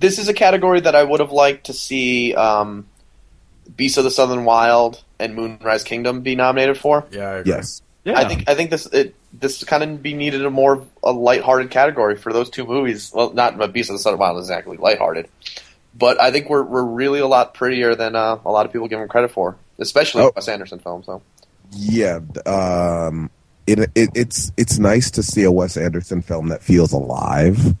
this is a category that I would have liked to see um, Beasts of the Southern Wild and Moonrise Kingdom be nominated for. yeah, I agree. yes yeah. I think I think this it, this kind of be needed a more a lighthearted category for those two movies. Well, not but Beasts of the Southern Wild is exactly lighthearted, but I think we're we're really a lot prettier than uh, a lot of people give him credit for, especially Oh. Wes Anderson films. So. Yeah, th- um, it, it it's it's nice to see a Wes Anderson film that feels alive.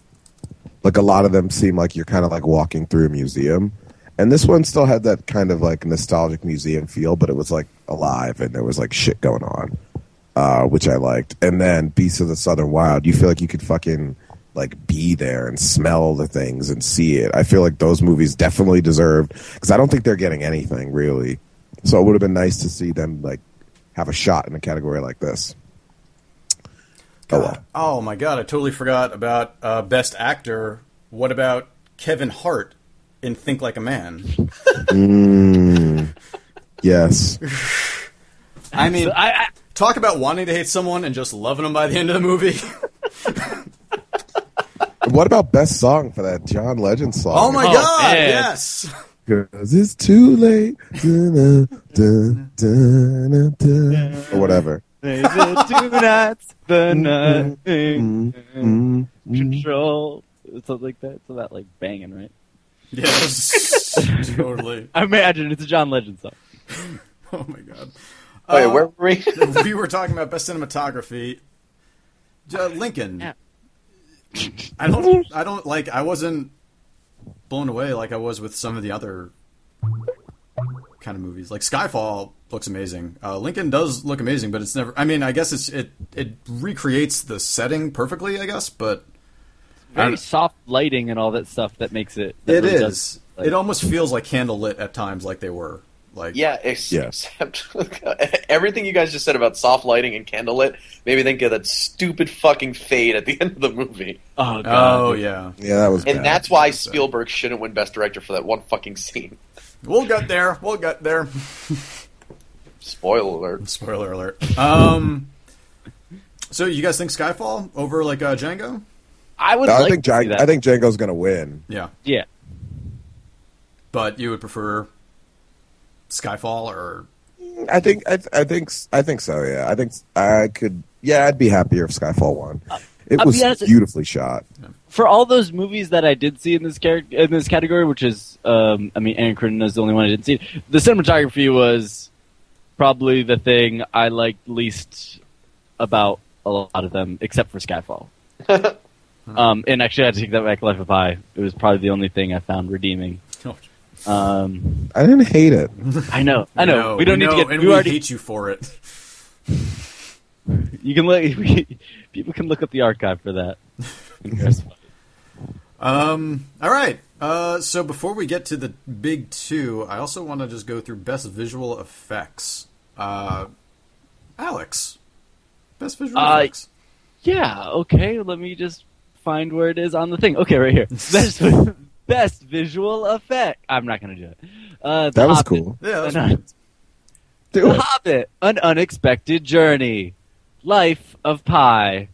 Like a lot of them seem like you're kind of like walking through a museum, and this one still had that kind of like nostalgic museum feel, but it was like alive and there was like shit going on, uh, which I liked. And then Beasts of the Southern Wild, you feel like you could fucking like be there and smell the things and see it. I feel like those movies definitely deserved because I don't think they're getting anything really. So it would have been nice to see them like have a shot in a category like this. Oh well. Oh my god, I totally forgot about uh, best actor. What about Kevin Hart in Think Like a Man? Mm. Yes. I mean, I, I, talk about wanting to hate someone and just loving them by the end of the movie. what about best song for that John Legend song? oh my Oh, god, man. yes. Cause it's too late. Dun, dun, dun, dun, dun. or whatever. There's a two nights, the nothing Mm. control, something like that. It's about like banging, right? Yes, totally. I imagine it's a John Legend song. Oh my god. Wait, Uh, Oh, where were we? we were talking about best cinematography. Uh, Lincoln. Yeah. I don't. I don't like. I wasn't blown away like I was with some of the other kind of movies. Like Skyfall looks amazing. Uh, Lincoln does look amazing, but it's never. I mean, I guess it's it it recreates the setting perfectly. I guess, but Very I- soft lighting and all that stuff that makes it. That it really does- is. like- it almost feels like candlelit at times, like they were. Like Yeah, ex- Yeah. except everything you guys just said about soft lighting and candlelit made me think of that stupid fucking fade at the end of the movie. Oh god. Oh yeah. Yeah, that was. And bad. that's why Spielberg shouldn't win Best Director for that one fucking scene. We'll get there. We'll get there. Spoiler alert. Spoiler alert. Um. So you guys think Skyfall over like uh, Django? I would. No, I like think to see Django, that. I think Django's gonna win. Yeah, Yeah. but you would prefer Skyfall or I think I, I think I think so. Yeah, I think I could. Yeah, I'd be happier if Skyfall won. It I'll was be honest- beautifully shot. For all those movies that I did see in this char- in this category, which is, um, I mean, Anacron is the only one I didn't see. The cinematography was probably the thing I liked least about a lot of them, except for Skyfall. um, and actually, I had to take that back. Life of Pi. It was probably the only thing I found redeeming. Um, I didn't hate it. I know, I know. No, we don't need no, to get. And we we, already. hate you for it. you can look. people can look up the archive for that. Um. All right. Uh. So before we get to the big two, I also want to just go through best visual effects. Uh, Alex, best visual Uh, effects. Yeah, okay, let me just find where it is on the thing. Okay, right here. Best, best visual effect. I'm not going to do it. Uh, The That was Hobbit. cool. Yeah. that's- An- Do the it. Hobbit, An Unexpected Journey, Life of Pi,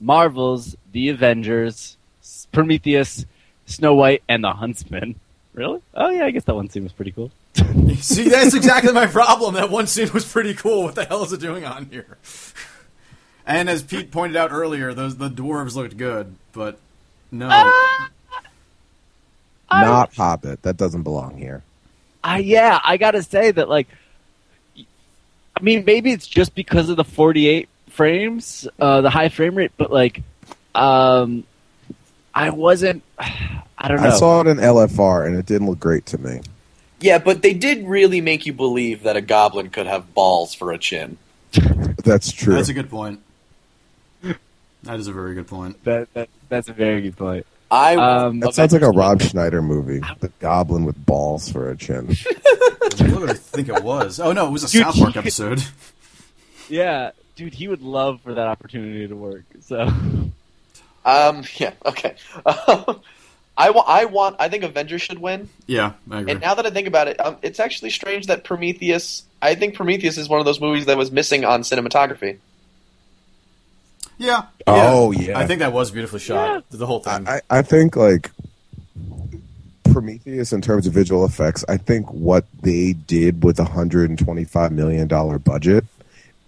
Marvel's The Avengers, S- Prometheus, Snow White, and The Huntsman. Really? Oh, yeah, I guess that one scene was pretty cool. See, that's exactly my problem. That one scene was pretty cool. What the hell is it doing on here? And as Pete pointed out earlier, those the dwarves looked good, but no. Ah! Not Hobbit. That doesn't belong here. I yeah, I gotta say that like, I mean, maybe it's just because of the forty-eight frames, uh, the high frame rate, but like, um, I wasn't. I don't know. I saw it in LFR and it didn't look great to me. Yeah, but they did really make you believe that a goblin could have balls for a chin. That's true. That's a good point. That is a very good point. that, that. That's a very good point. I Um, that sounds like a Rob Schneider movie. The Goblin with balls for a chin. What did I think it was? Oh no, it was a Dude, South Park he- episode. Yeah, dude, he would love for that opportunity to work. So um, yeah, okay. I, wa- I want. I think Avengers should win. Yeah, I agree. And now that I think about it, um, it's actually strange that Prometheus. I think Prometheus is one of those movies that was missing on cinematography. yeah, Oh, yeah. I think that was beautifully shot. The whole thing. I, I think like Prometheus in terms of visual effects, I think what they did with a hundred and twenty five million dollar budget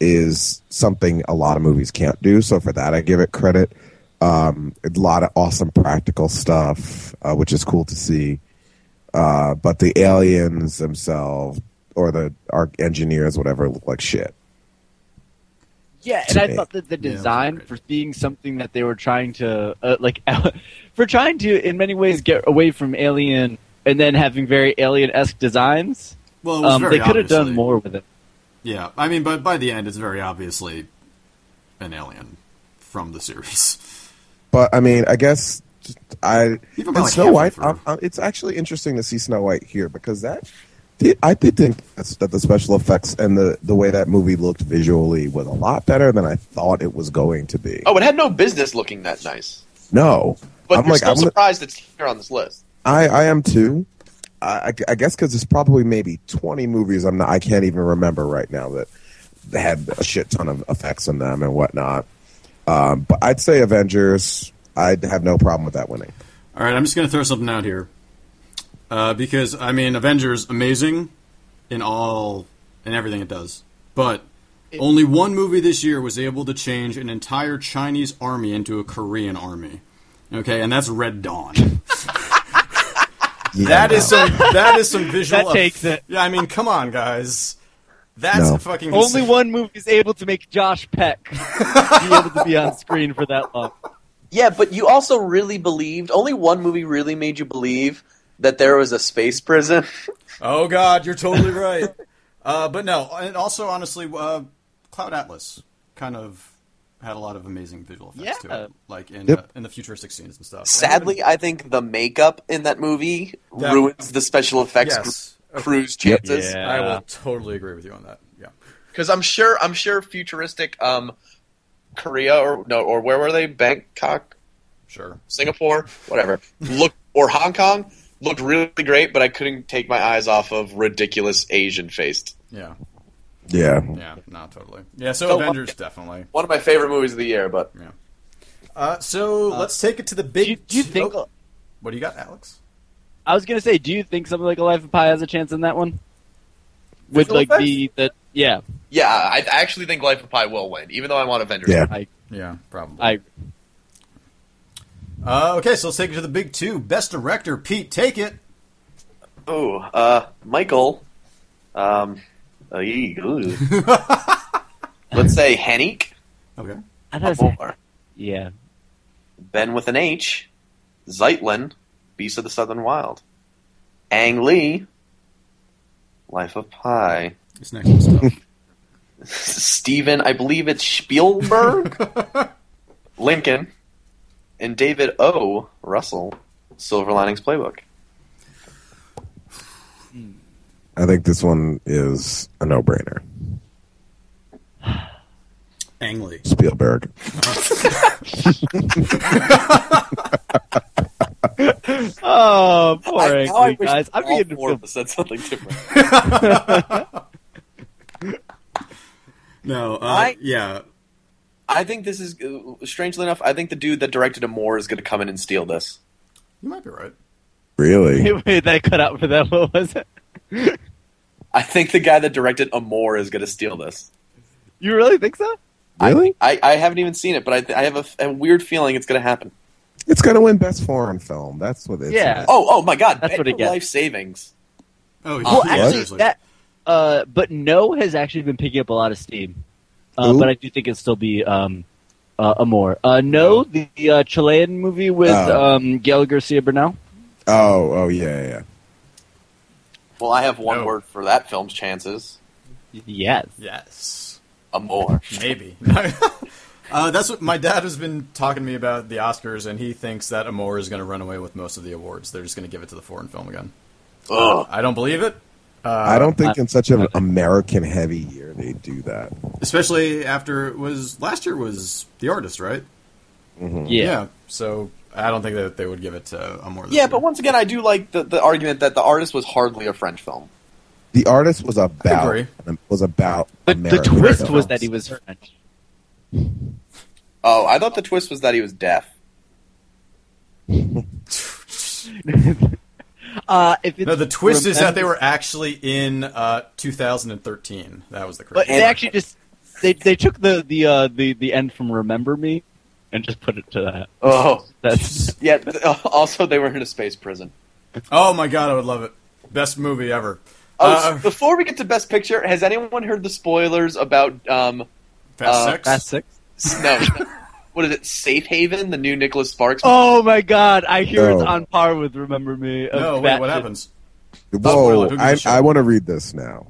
is something a lot of movies can't do. So for that I give it credit. Um, a lot of awesome practical stuff, uh, which is cool to see. Uh, but the aliens themselves or the our engineers, whatever, look like shit. yeah, and To I me. thought that the Yeah, design great. for being something that they were trying to uh, like, for trying to in many ways get away from Alien and then having very Alien-esque designs. well, it was um, very they could have done obviously- more with it. Yeah, I mean, but by the end, it's very obviously an alien from the series. But I mean, I guess just- I Even by, and like, Snow halfway White. through. i i it's actually interesting to see Snow White here because that did, I did think that's, that the special effects and the, the way that movie looked visually was a lot better than I thought it was going to be. Oh, it had no business looking that nice. No, But I'm you're like still I'm gonna- surprised it's here on this list. I, I am too. I, I- I guess because there's probably maybe 20 movies I'm not I can't even remember right now that had a shit ton of effects in them and whatnot. Um, but I'd say Avengers. I'd have no problem with that winning. All right, I'm just going to throw something out here uh, because I mean, Avengers amazing in all in everything it does, but only one movie this year was able to change an entire Chinese army into a Korean army. Okay, and that's Red Dawn. Yeah, That is some that is some visual. That takes it. Yeah, I mean, come on, guys. That's No. fucking Only insane. one movie is able to make Josh Peck be able to be on screen for that long. Yeah, but you also really believed. Only one movie really made you believe that there was a space prison. Oh God, you're totally right. uh, but no, and also honestly, uh, Cloud Atlas kind of had a lot of amazing visual effects Yeah. to it, like in Yep. uh, in the futuristic scenes and stuff. Sadly, I think the makeup in that movie That- ruins the special effects Yes. cru- crew's Yep. chances. Yeah. I will totally agree with you on that. Yeah, Because I'm sure, I'm sure futuristic um, Korea or no, or where were they? Bangkok, sure. Singapore, whatever. Look or Hong Kong looked really great, but I couldn't take my eyes off of ridiculous Asian faced. Yeah, yeah. yeah, not totally. Yeah, so So, Avengers definitely. One of my favorite movies of the year, but Uh, so let's take it to the big. Do you, do you two- think? oh, what do you got, Alex? I was gonna say, do you think something like A Life of Pi has a chance in that one? Would Visual like effects? be that? Yeah, yeah, I I actually think Life of Pi will win, even though I want Avengers. Yeah. Yeah, probably. I Uh, okay, so let's take it to the big two. Best director, Pete, take it. Oh, uh, Michael. Um, uh, ee, ooh. let's say Hennick Okay. I thought it was- or yeah. Ben with an H, Zeitlin, Beast of the Southern Wild, Ang Lee, Life of Pi, This next one's tough. Steven, I believe it's Spielberg, Lincoln, and David O. Russell, Silver Linings Playbook. I think this one is a no-brainer. Ang Lee. Spielberg. Oh, poor I- Ang now I Lee, wish guys. I'm all beginning to four feel of us said something different. No, uh, I- yeah. I think this is uh, strangely enough. I think the dude that directed Amore is going to come in and steal this. You might be right. Really? Wait, that cut out for that. What was it? I think the guy that directed Amore is going to steal this. You really think so? Really? I, I haven't even seen it, but I, th- I have a, f- a weird feeling it's going to happen. It's going to win Best Foreign Film. That's what it's. Yeah. Oh, oh my God! That's Bet what it your gets. life savings. Oh, Well, yeah, actually, seriously. that. Uh, but no has actually been picking up a lot of steam. Uh, Who? but I do think it'll still be um, uh, Amor. Uh, no, the, uh, Chilean movie with Oh. um, Gael Garcia Bernal. Oh, oh, yeah, yeah, yeah. Well, I have one No. word for that film's chances: Yes. Yes. Amore. Maybe. uh, that's what my dad has been talking to me about the Oscars, and he thinks that Amore is going to run away with most of the awards. They're just going to give it to the foreign film again. Ugh. I don't believe it, Uh, I don't think I- in such an okay. American-heavy year they do that. especially after it was last year was The Artist, right? Mm-hmm. Yeah. so I don't think that they would give it to Amore. This Yeah, year. but once again, I do like the, the argument that the artist was hardly a French film. The artist was about agree. was about The, the American twist films. was that he was French. Oh, I thought the twist was that he was deaf. Uh, if it's No, the twist is that they remembered- were actually in uh, 2013. That was the But crazy. they actually just they they took the the uh, the the end from Remember Me and just put it to that. Oh, That's yeah. th- Also, they were in a space prison. oh my god, I would love it. Best movie ever. Oh, Uh, s- before we get to best picture, has anyone heard the spoilers about um Fast uh, Sex. that's six. s- no, what is it? Safe Haven, the new Nicholas Sparks. Oh my god! I hear it's No. on par with Remember Me. of No, wait, that what shit. happens? spoiler, Whoa! who gives a I, shit? I want to read this now.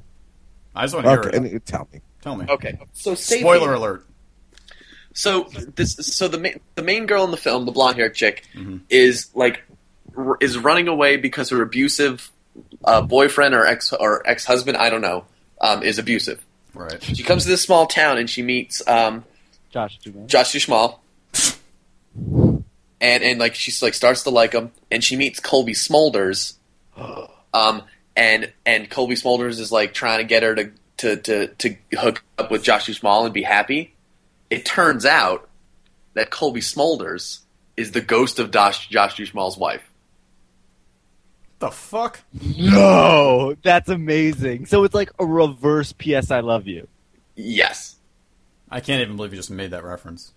I just want to Okay, hear and it. you tell me. Tell me. Okay, so Safe Spoiler Haven- alert. So this, so the ma- the main girl in the film, Mm-hmm. the blonde haired chick, is like r- is running away because her abusive uh, boyfriend or ex or ex husband, I don't know, um, is abusive. Right. She comes to this small town and she meets um, Josh Duhamel. Josh Duhamel, and and like she like starts to like him, and she meets Colby Smulders, um, and and Colby Smulders is like trying to get her to to to, to hook up with Josh Duhamel and be happy. It turns out that Colby Smulders is the ghost of Josh Josh Duhamel's wife. The fuck? No, that's amazing. So it's like a reverse PS I love you. Yes. I can't even believe you just made that reference.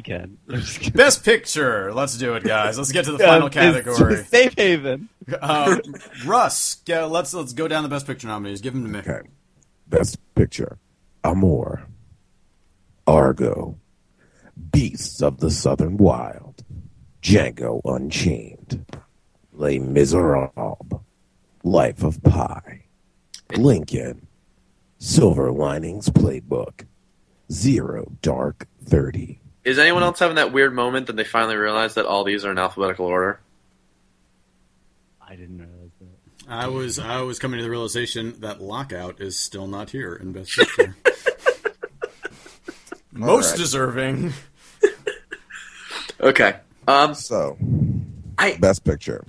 can. I'm just kidding. Best picture. Let's do it, guys. Let's get to the final Um, it's- category. Safe haven. Um, Russ, go, let's let's go down the best picture nominees. Give them to me. Okay. Best picture. Amor. Argo. Beasts of the Southern Wild. Django Unchained. Les Miserables. Life of Pi. Lincoln. Silver Linings Playbook. Zero Dark Thirty. Is anyone else having that weird moment that they finally realize that all these are in alphabetical order? I didn't realize that. I was I was coming to the realization that lockout is still not here in best picture. Most Alright. deserving. Okay. Um, So, I- best picture.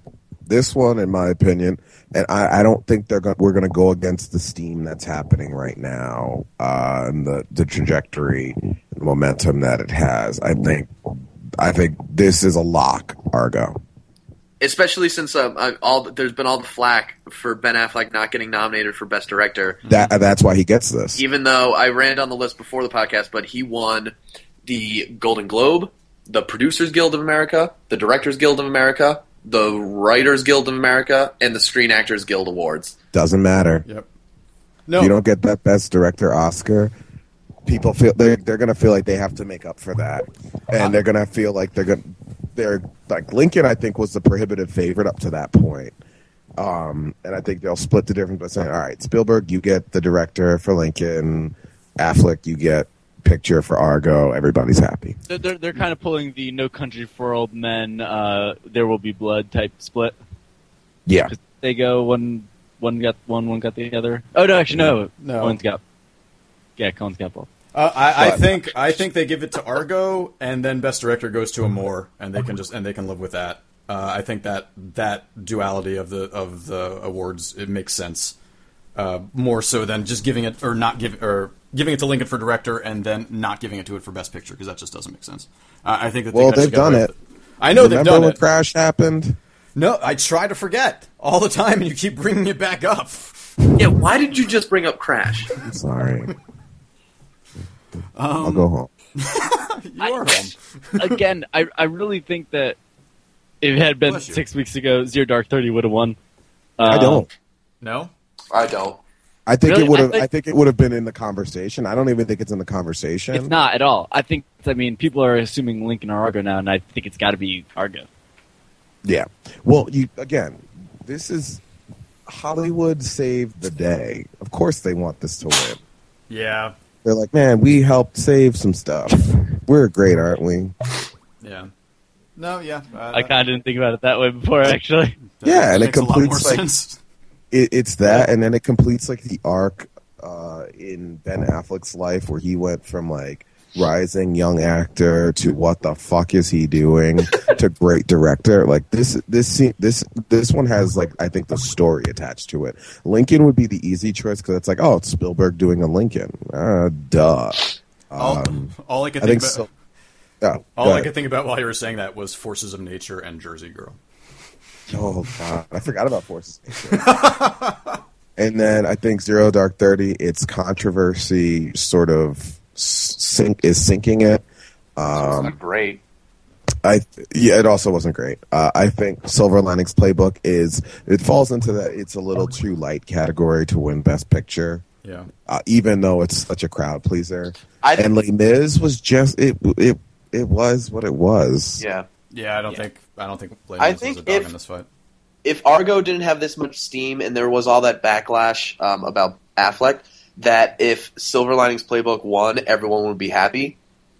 This one, in my opinion, and I, I don't think they're going we're going to go against the steam that's happening right now uh, and the the trajectory and momentum that it has. I think I think this is a lock, Argo. especially since um, I, all there's been all the flack for Ben Affleck not getting nominated for Best Director, That that's why he gets this. even though I ran down the list before the podcast, but he won the Golden Globe, the Producers Guild of America, the Directors Guild of America, the Writers Guild of America, and the Screen Actors Guild Awards. Doesn't matter. Yep. No. If you don't get that best director Oscar, people feel they're, they're going to feel like they have to make up for that, and they're going to feel like they're going they're like Lincoln. I think was the prohibitive favorite up to that point, um, and I think they'll split the difference by saying, "All right, Spielberg, you get the director for Lincoln, Affleck, you get picture for Argo. Everybody's happy." They're, they're, they're kind of pulling the No Country for Old Men, uh, There Will Be Blood type split. Yeah, They go one, one got one, one got the other. Oh no, actually no, No. Cohen's got. Yeah, Cohen's got both. Uh, I, I But- think I think they give it to Argo, and then Best Director goes to Amore, and they can just and they can live with that. Uh, I think that that duality of the of the awards it makes sense uh, more so than just giving it or not give or giving it to Lincoln for Director and then not giving it to it for Best Picture because that just doesn't make sense. Uh, I think that they Well, kinda they've got done away it. with I know remember they've done when it. Crash happened? no, I try to forget all the time, and you keep bringing it back up. Yeah, why did you just bring up Crash? I'm sorry. Um, I'll go home. You are home. Again, I I really think that if it had been Bless you. six weeks ago, Zero Dark Thirty would have won. Uh, I don't. No, I don't. I think Really? it would I have. think- I think it would have been in the conversation. I don't even think it's in the conversation. Um, It's not at all. I think. I mean, people are assuming Lincoln or Argo now, and I think it's got to be Argo. Yeah. Well, you again. This is Hollywood saved the day. Of course, they want this to win. yeah, They're like, man, we helped save some stuff. We're great, aren't we? yeah, no, yeah. Uh, I kind of didn't think about it that way before, actually. That Yeah, and it makes completes, a lot like- more sense. It, it's that, and then it completes like the arc uh, in Ben Affleck's life where he went from like rising young actor to what the fuck is he doing to great director. Like this, this, se- this, this one has like I think the story attached to it. Lincoln would be the easy choice because it's like, oh, it's Spielberg doing a Lincoln. Uh, duh. All, all I could Um, I think, about, think so. Yeah, all go I ahead. could think about while you were saying that was Forces of Nature and Jersey Girl. Oh god, I forgot about forces. and then I think Zero Dark Thirty. Its controversy sort of sink is sinking it. Um, Not great. I yeah, it also wasn't great. Uh, I think Silver Linings Playbook is it falls into that it's a little too light category to win Best Picture, Yeah, uh, even though it's such a crowd pleaser. I- and Les Mis was just it it it was what it was. Yeah. yeah. I don't Yeah. think I don't think Blade I Mills think was a dog if- in this fight. if Argo didn't have this much steam and there was all that backlash um, about Affleck, that if Silver Linings Playbook won, everyone would be happy.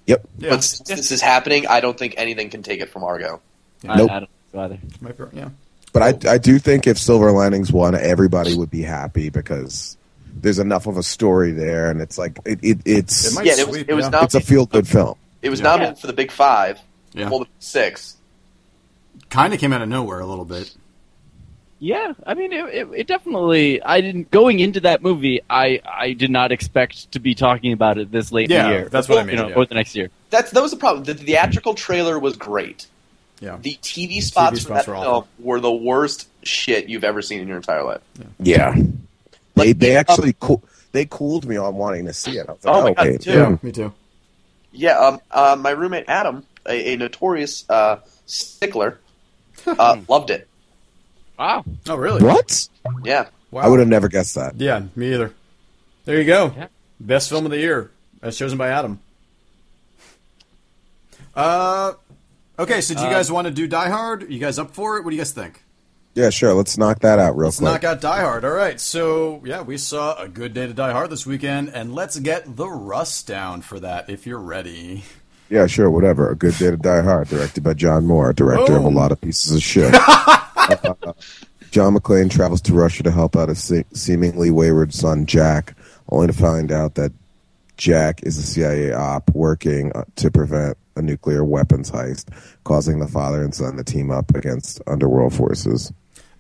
Yep. Yeah, But since this is happening, I don't think anything can take it from Argo. Nope. I, I don't know either. might be- yeah. But I, I do think if Silver Linings won, everybody would be happy because there's enough of a story there, and it's like it, it it's It might- Yeah, and it was Sweet, it was yeah. nom- it's a feel good film. it was Yeah. nominated for the Big Five, Yeah. well, the six. Kind of came out of nowhere a little bit. Yeah, I mean, it, it, it definitely. I didn't going into that movie. I I did not expect to be talking about it this late in Yeah, the year. that's what I mean, You know, yeah. or the next year. That's that was the problem. The theatrical trailer was great. Yeah. The TV spots, for spots that were film awful. were the worst shit you've ever seen in your entire life. Yeah, they Like, they yeah, actually cool, they cooled me on wanting to see it. I was like, Oh my God, okay, too. yeah. me too. Yeah, um, uh, my roommate Adam, a, a notorious uh, stickler, uh, loved it. Wow. Oh, really? what? Yeah, Wow. I would have never guessed that. Yeah, me either. There you go. Yeah. Best film of the year, as chosen by Adam. Uh, okay. So, do Uh, you guys want to do Die Hard? you guys up for it? What do you guys think? Yeah, sure. Let's knock that out real Let's quick. knock out Die Hard. All right. So, yeah, we saw a good day to Die Hard this weekend, and let's get the rust down for that if you're ready. Yeah, sure, whatever. A Good Day to Die Hard, directed by John Moore, director of a Boom. lot of pieces of shit. Uh, John McClane travels to Russia to help out his se- seemingly wayward son Jack, only to find out that Jack is a CIA op working uh, to prevent a nuclear weapons heist, causing the father and son to team up against underworld forces.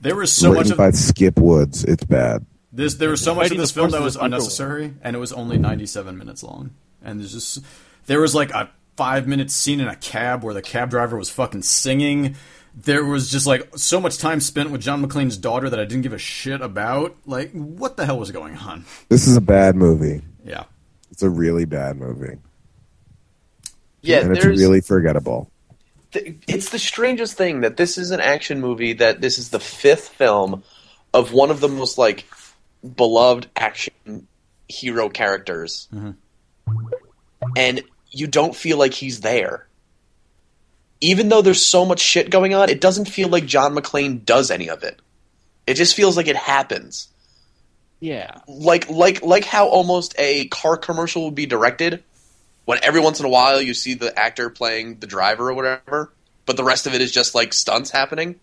There was so Written much by of Skip Woods. It's bad. this. There was so much of Fighting this the film that was forces of underworld. unnecessary, and it was only 97 minutes long. And there's just there was like a five minute scene in a cab where the cab driver was fucking singing. There was just like so much time spent with John McClane's daughter that I didn't give a shit about. Like, what the hell was going on? This is a bad movie. Yeah. It's a really bad movie. yeah. and it's there's really forgettable. th- it's the strangest thing that this is an action movie that this is the fifth film of one of the most like beloved action hero characters and you don't feel like he's there even though there's so much shit going on it doesn't feel like john mcclane does any of it it just feels like it happens Yeah. like like like how almost a car commercial would be directed when every once in a while you see the actor playing the driver or whatever but the rest of it is just like stunts happening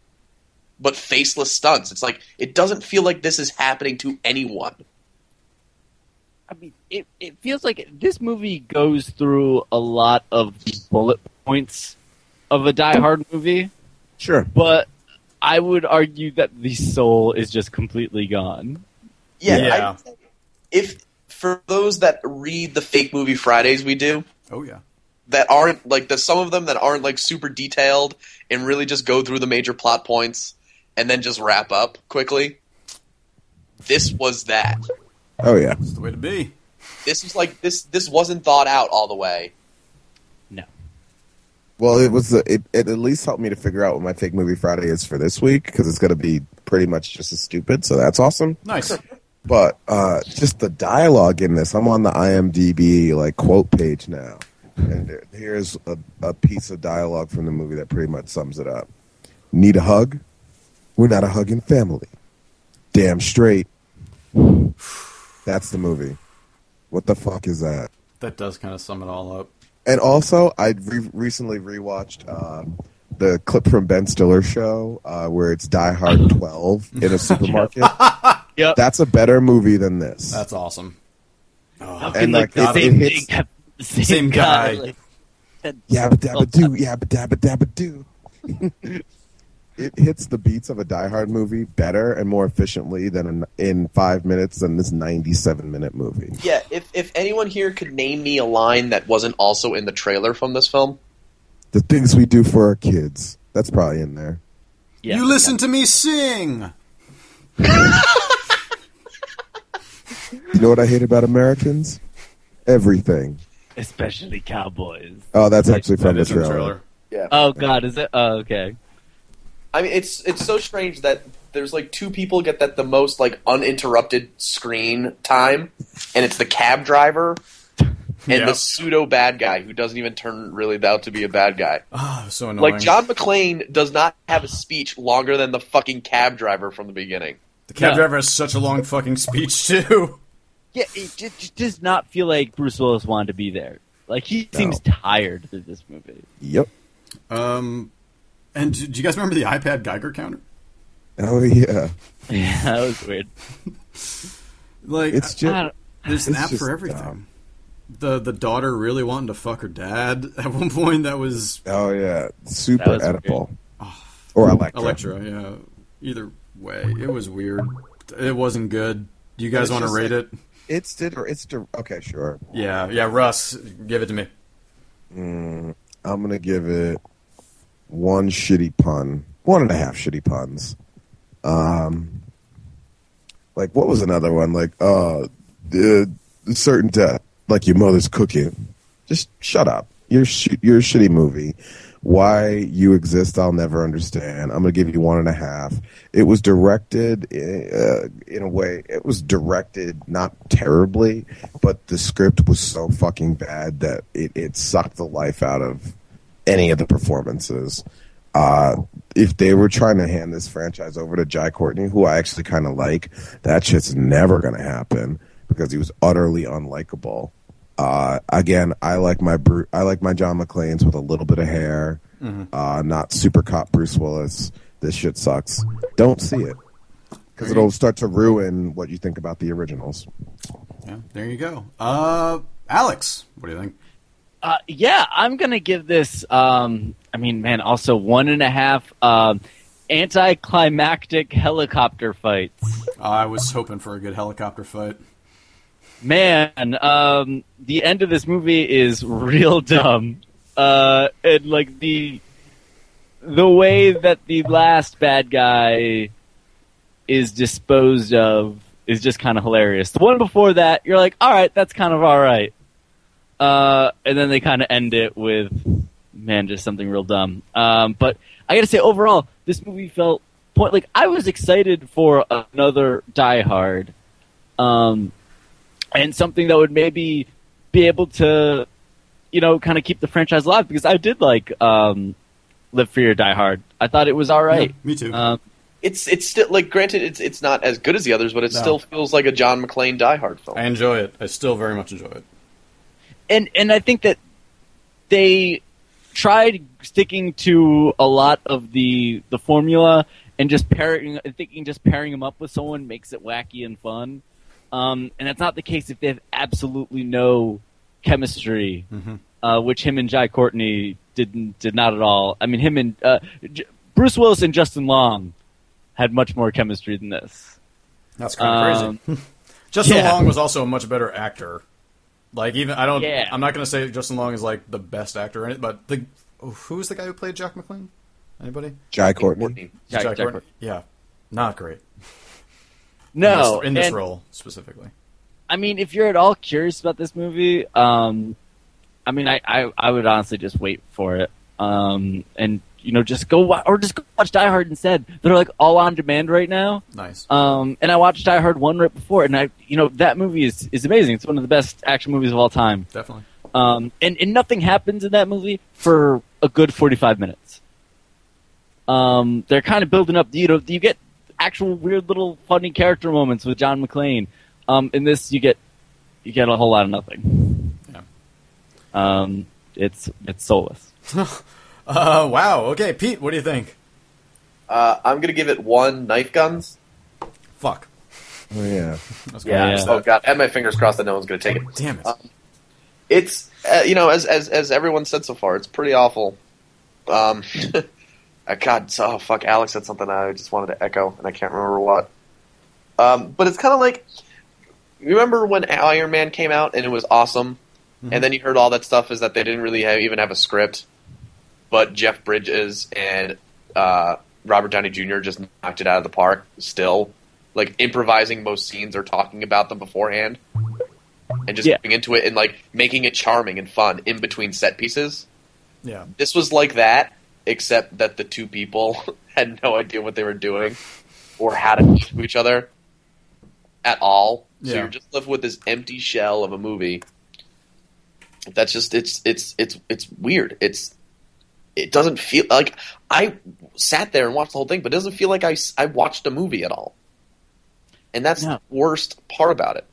but faceless stunts it's like it doesn't feel like this is happening to anyone I mean, it, it feels like this movie goes through a lot of the bullet points of a Die Hard movie, Sure. but I would argue that the soul is just completely gone. yeah, Yeah. I- if for those that read the fake movie fridays we do Oh yeah. that aren't like there's some of them that aren't like super detailed and really just go through the major plot points and then just wrap up quickly this was that Oh yeah. It's the way to be. this was like this this wasn't thought out all the way No. Well, it was the, it, it at least helped me to figure out what my fake movie Friday is for this week because it's going to be pretty much just as stupid. So that's awesome. Nice. But uh, just the dialogue in this, I'm on the IMDb like quote page now, and there- here's a, a piece of dialogue from the movie that pretty much sums it up. Need a hug? We're not a hugging family. Damn straight. That's the movie. What the fuck is that? That does kind of sum it all up. And also, I re- recently rewatched um, the clip from Ben Stiller's show uh, where it's Die Hard 12 in a supermarket. Yep. That's a better movie than this. That's awesome. Oh, How can And, like, like, the it- same it thing hits- happen to the same, Same guy? guy. Like, that's Yabba so dabba doo, yabba dabba dabba doo. it hits the beats of a Die Hard movie better and more efficiently than in, in five minutes than this 97 minute movie. yeah if if anyone here could name me a line that wasn't also in the trailer from this film The things we do for our kids. That's probably in there. Yeah. you listen to me sing. You know what I hate about Americans? Everything. especially cowboys. Oh, that's actually That from the is in the trailer. yeah Oh God, is it? Oh, okay. i mean it's it's so strange that there's like two people get that the most like uninterrupted screen time and it's the cab driver and Yeah. the pseudo bad guy who doesn't even turn really out to be a bad guy Oh, so annoying. Like John McClane does not have a speech longer than the fucking cab driver from the beginning. the cab No. driver has such a long fucking speech too. Yeah, it just, just does not feel like Bruce Willis wanted to be there. Like he No. seems tired through this movie. Yep. Um, and do do you guys remember the iPad Geiger counter? Oh yeah, Yeah, that was weird. Like it's I just don't- there's an it's app just for everything. dumb. The the daughter really wanting to fuck her dad at one point. That was oh yeah, super was weird. edible. Or Electra. Oh. Electra. Yeah. Either way, it was weird. It wasn't good. Do you guys It's want to just rate like- it? It's did or it's dir- okay. Sure, Yeah, yeah. Russ, give it to me. Mm, I'm gonna give it one shitty pun, one and a half shitty puns. Um, like what was another one? Like uh, the, the certain death, like your mother's cooking. Just shut up. You're sh- you're a shitty movie. Why you exist, I'll never understand. I'm gonna give you one and a half. It was directed uh, in a way. It was directed not terribly, but the script was so fucking bad that it, it sucked the life out of any of the performances. Uh, if they were trying to hand this franchise over to Jai Courtney, who I actually kind of like, that shit's never going to happen because he was utterly unlikable. Uh, again, I like my Bru- I like my John McClane's with a little bit of hair, uh, not super cop Bruce Willis. This shit sucks. Don't see it because it'll start to ruin what you think about the originals. Yeah, there you go. Uh, Alex, what do you think? Uh, yeah, I'm gonna give this. Um, I mean, man, also one and a half um, anticlimactic helicopter fights. I was hoping for a good helicopter fight. Man, um, the end of this movie is real dumb, uh, and like the the way that the last bad guy is disposed of is just kind of hilarious. The one before that, you're like, all right, that's kind of all right, uh, and then they kind of end it with, man, just something real dumb. Um, but I got to say, overall, this movie felt point like I was excited for another Die Hard. Um, and something that would maybe be able to, you know, kind of keep the franchise alive because I did like um, Live Free or Die Hard. I thought it was all right. Yeah, me too. Um, It's it's still like granted it's it's not as good as the others, but it No. still feels like a John McClane Die Hard film. I enjoy it. I still very much enjoy it. and and I think that they tried sticking to a lot of the the formula and just pairing thinking just pairing them up with someone makes it wacky and fun. Um, and that's not the case if they have absolutely no chemistry, Mm-hmm. uh, which him and Jai Courtney didn't did not at all. I mean, him and uh, J- Bruce Willis and Justin Long had much more chemistry than this. That's kind of Um, crazy. Justin yeah. Long was also a much better actor. Like even I don't. Yeah. I'm not going to say Justin Long is like the best actor in it, but the who's the guy who played Jack McClane? Anybody? Jai Courtney. Courtney. Jack- Jack Jack Courtney? Yeah, not great. No, in this, in this and- role specifically. I mean, if you're at all curious about this movie, um, I mean, I, I, I would honestly just wait for it. Um, and, you know, just go wa- or just go watch Die Hard instead. They're like all on demand right now. Nice. Um, and I watched Die Hard 1 right before, and I, you know, that movie is, is amazing. It's one of the best action movies of all time. Definitely. Um, and, and nothing happens in that movie for a good 45 minutes. Um, they're kind of building up. You know, you get actual weird little funny character moments with John McClane. Um, in this, you get you get a whole lot of nothing. Yeah. Um, it's it's soulless. Uh, wow. Okay, Pete, what do you think? Uh, I'm gonna give it one knife guns. Fuck. Oh, yeah. I was Yeah. Um, gonna use that. Oh god, I had my fingers crossed that no one's gonna take it. Damn it. Uh, it's uh, you know as as as everyone said so far, it's pretty awful. Um, uh, God, so, oh fuck, Alex said something I just wanted to echo, and I can't remember what. Um, but it's kind of like remember when Iron Man came out and it was awesome, and then you heard all that stuff is that they didn't really have, even have a script, but Jeff Bridges and uh, Robert Downey Jr. just knocked it out of the park. Still, like improvising most scenes or talking about them beforehand and just Yeah. getting into it and like making it charming and fun in between set pieces. yeah. This was like that, except that the two people had no idea what they were doing or how to talk to each other at all. So Yeah. you're just left with this empty shell of a movie. That's just it's it's it's it's weird. It's it doesn't feel like I sat there and watched the whole thing, but it doesn't feel like I, s- I watched a movie at all. And that's No. the worst part about it.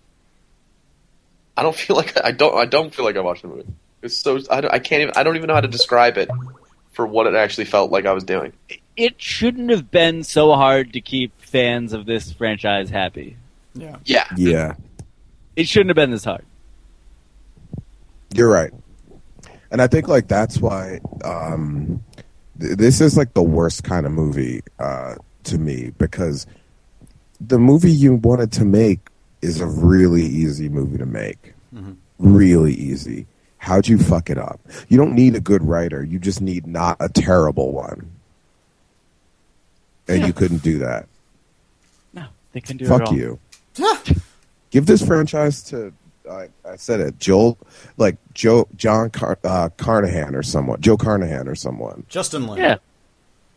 I don't feel like I don't I don't feel like I watched a movie. It's so I, don't, I can't even I don't even know how to describe it for what it actually felt like I was doing. it shouldn't have been so hard to keep fans of this franchise happy. Yeah. Yeah. Yeah, It shouldn't have been this hard. you're right. And I think like that's why um, th- this is like the worst kind of movie uh, to me because the movie you wanted to make is a really easy movie to make. Mm-hmm. Really easy. How'd you fuck it up? You don't need a good writer. You just need not a terrible one. And you couldn't do that. No, they couldn't do it at Fuck all. you. Give this franchise to I, I said it, Joel, like Joe John Car- uh, Carnahan or someone, Joe Carnahan or someone. Justin Lin. Yeah,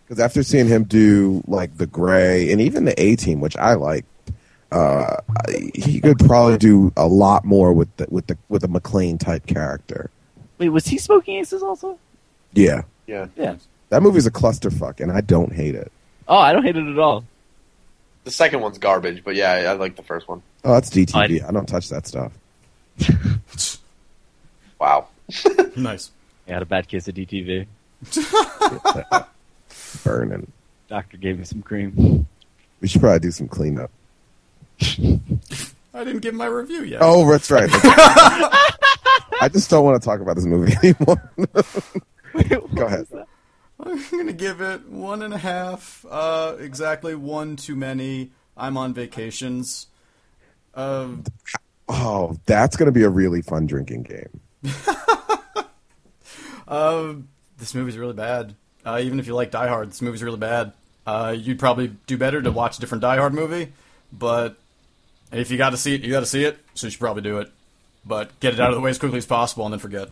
Because after seeing him do like the Gray and even the A Team, which I like, uh, I- he could probably do a lot more with the with the with a McLean type character. Wait, was he smoking aces also? Yeah, Yeah. Yeah. that movie's a clusterfuck, and I don't hate it. Oh, I don't hate it at all. The second one's garbage, but yeah, I, I like the first one. Oh, that's DTV. I don't touch that stuff. Wow. Nice. I had a bad case of DTV. Burning. Doctor gave me some cream. We should probably do some cleanup. I didn't give my review yet. Oh, that's right. I just don't want to talk about this movie anymore. Go ahead. I'm gonna give it one and a half. Uh, exactly one too many. I'm on vacations. Uh, Oh, that's going to be a really fun drinking game. uh, this movie's really bad. Uh, even if you like Die Hard, this movie's really bad. Uh, you'd probably do better to watch a different Die Hard movie, but if you got to see it, you got to see it. So you should probably do it, but get it out of the way as quickly as possible and then forget.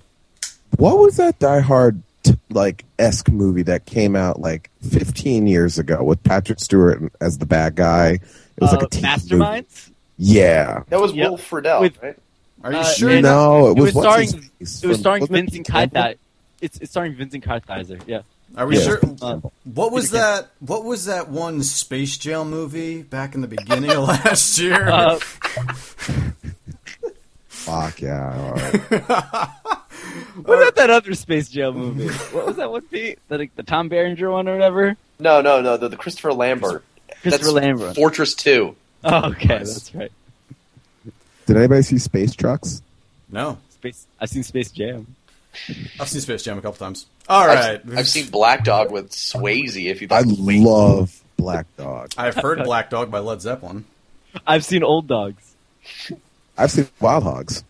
What was that Die Hard t- like esque movie that came out like 15 years ago with Patrick Stewart as the bad guy? It was like Uh, a teen movie. Masterminds. Yeah. That was Yep. Will Friedle, With- right? Are you Uh, sure? and- no, it It was was, starring. what's-his-face It was from- starring wasn't it Vincent Peter Campbell? Kartheiser. It's it's starring Vincent Kartheiser. Yeah. Are we Yeah. sure? Uh, What was Peter that? What was that one Space Jam movie back in the beginning of last year? uh, Fuck yeah. all right. what about that other Space Jam movie? what was that one, Pete? The, the Tom Berenger one or whatever? No, no, no. The, the Christopher Lambert. Christopher Lambert. Fortress 2. Oh, okay, that's right. Did anybody see Space Trucks? no, Space. I've seen Space Jam. I've seen Space Jam a couple times. All right. I've, I've seen Black Dog with Swayze. If you I love Black Dog. I've heard Black Dog by Led Zeppelin. I've seen Old Dogs. I've seen Wild Hogs.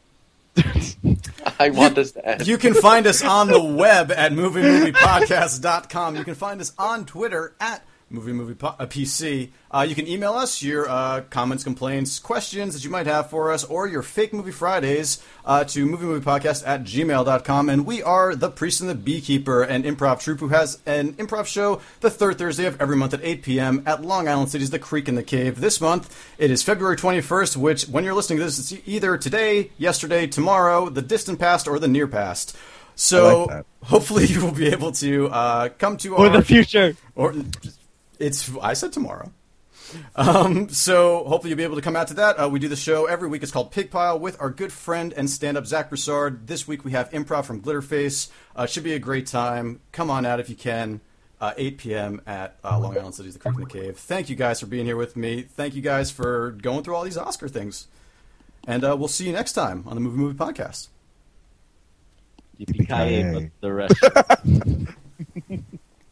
I want this to end. You can find us on the web at moviemoviepodcast.com. You can find us on Twitter at moviemoviepc. Uh, you can email us your uh, comments, complaints, questions that you might have for us, or your fake movie Fridays uh, to moviemoviepodcast at gmail.com. And we are The Priest and the Beekeeper, an improv troupe who has an improv show the third Thursday of every month at 8 p.m. at Long Island City's The Creek in the Cave. This month, it is February 21st, which, when you're listening to this, it's either today, yesterday, tomorrow, the distant past, or the near past. So I like that. hopefully you will be able to uh, come to Or our the future. or it's I said tomorrow. Um, so hopefully you'll be able to come out to that. Uh, we do the show every week. It's called Pig Pile with our good friend and stand-up Zach Broussard. This week we have improv from Glitterface. Uh, it should be a great time. Come on out if you can. Uh, 8 p.m. at uh, Long Island City's The Creek in the Cave. Thank you guys for being here with me. Thank you guys for going through all these Oscar things. And uh, we'll see you next time on the Movie Movie Podcast. Yippee-ki-yay, Yippee-ki-yay. but the rest.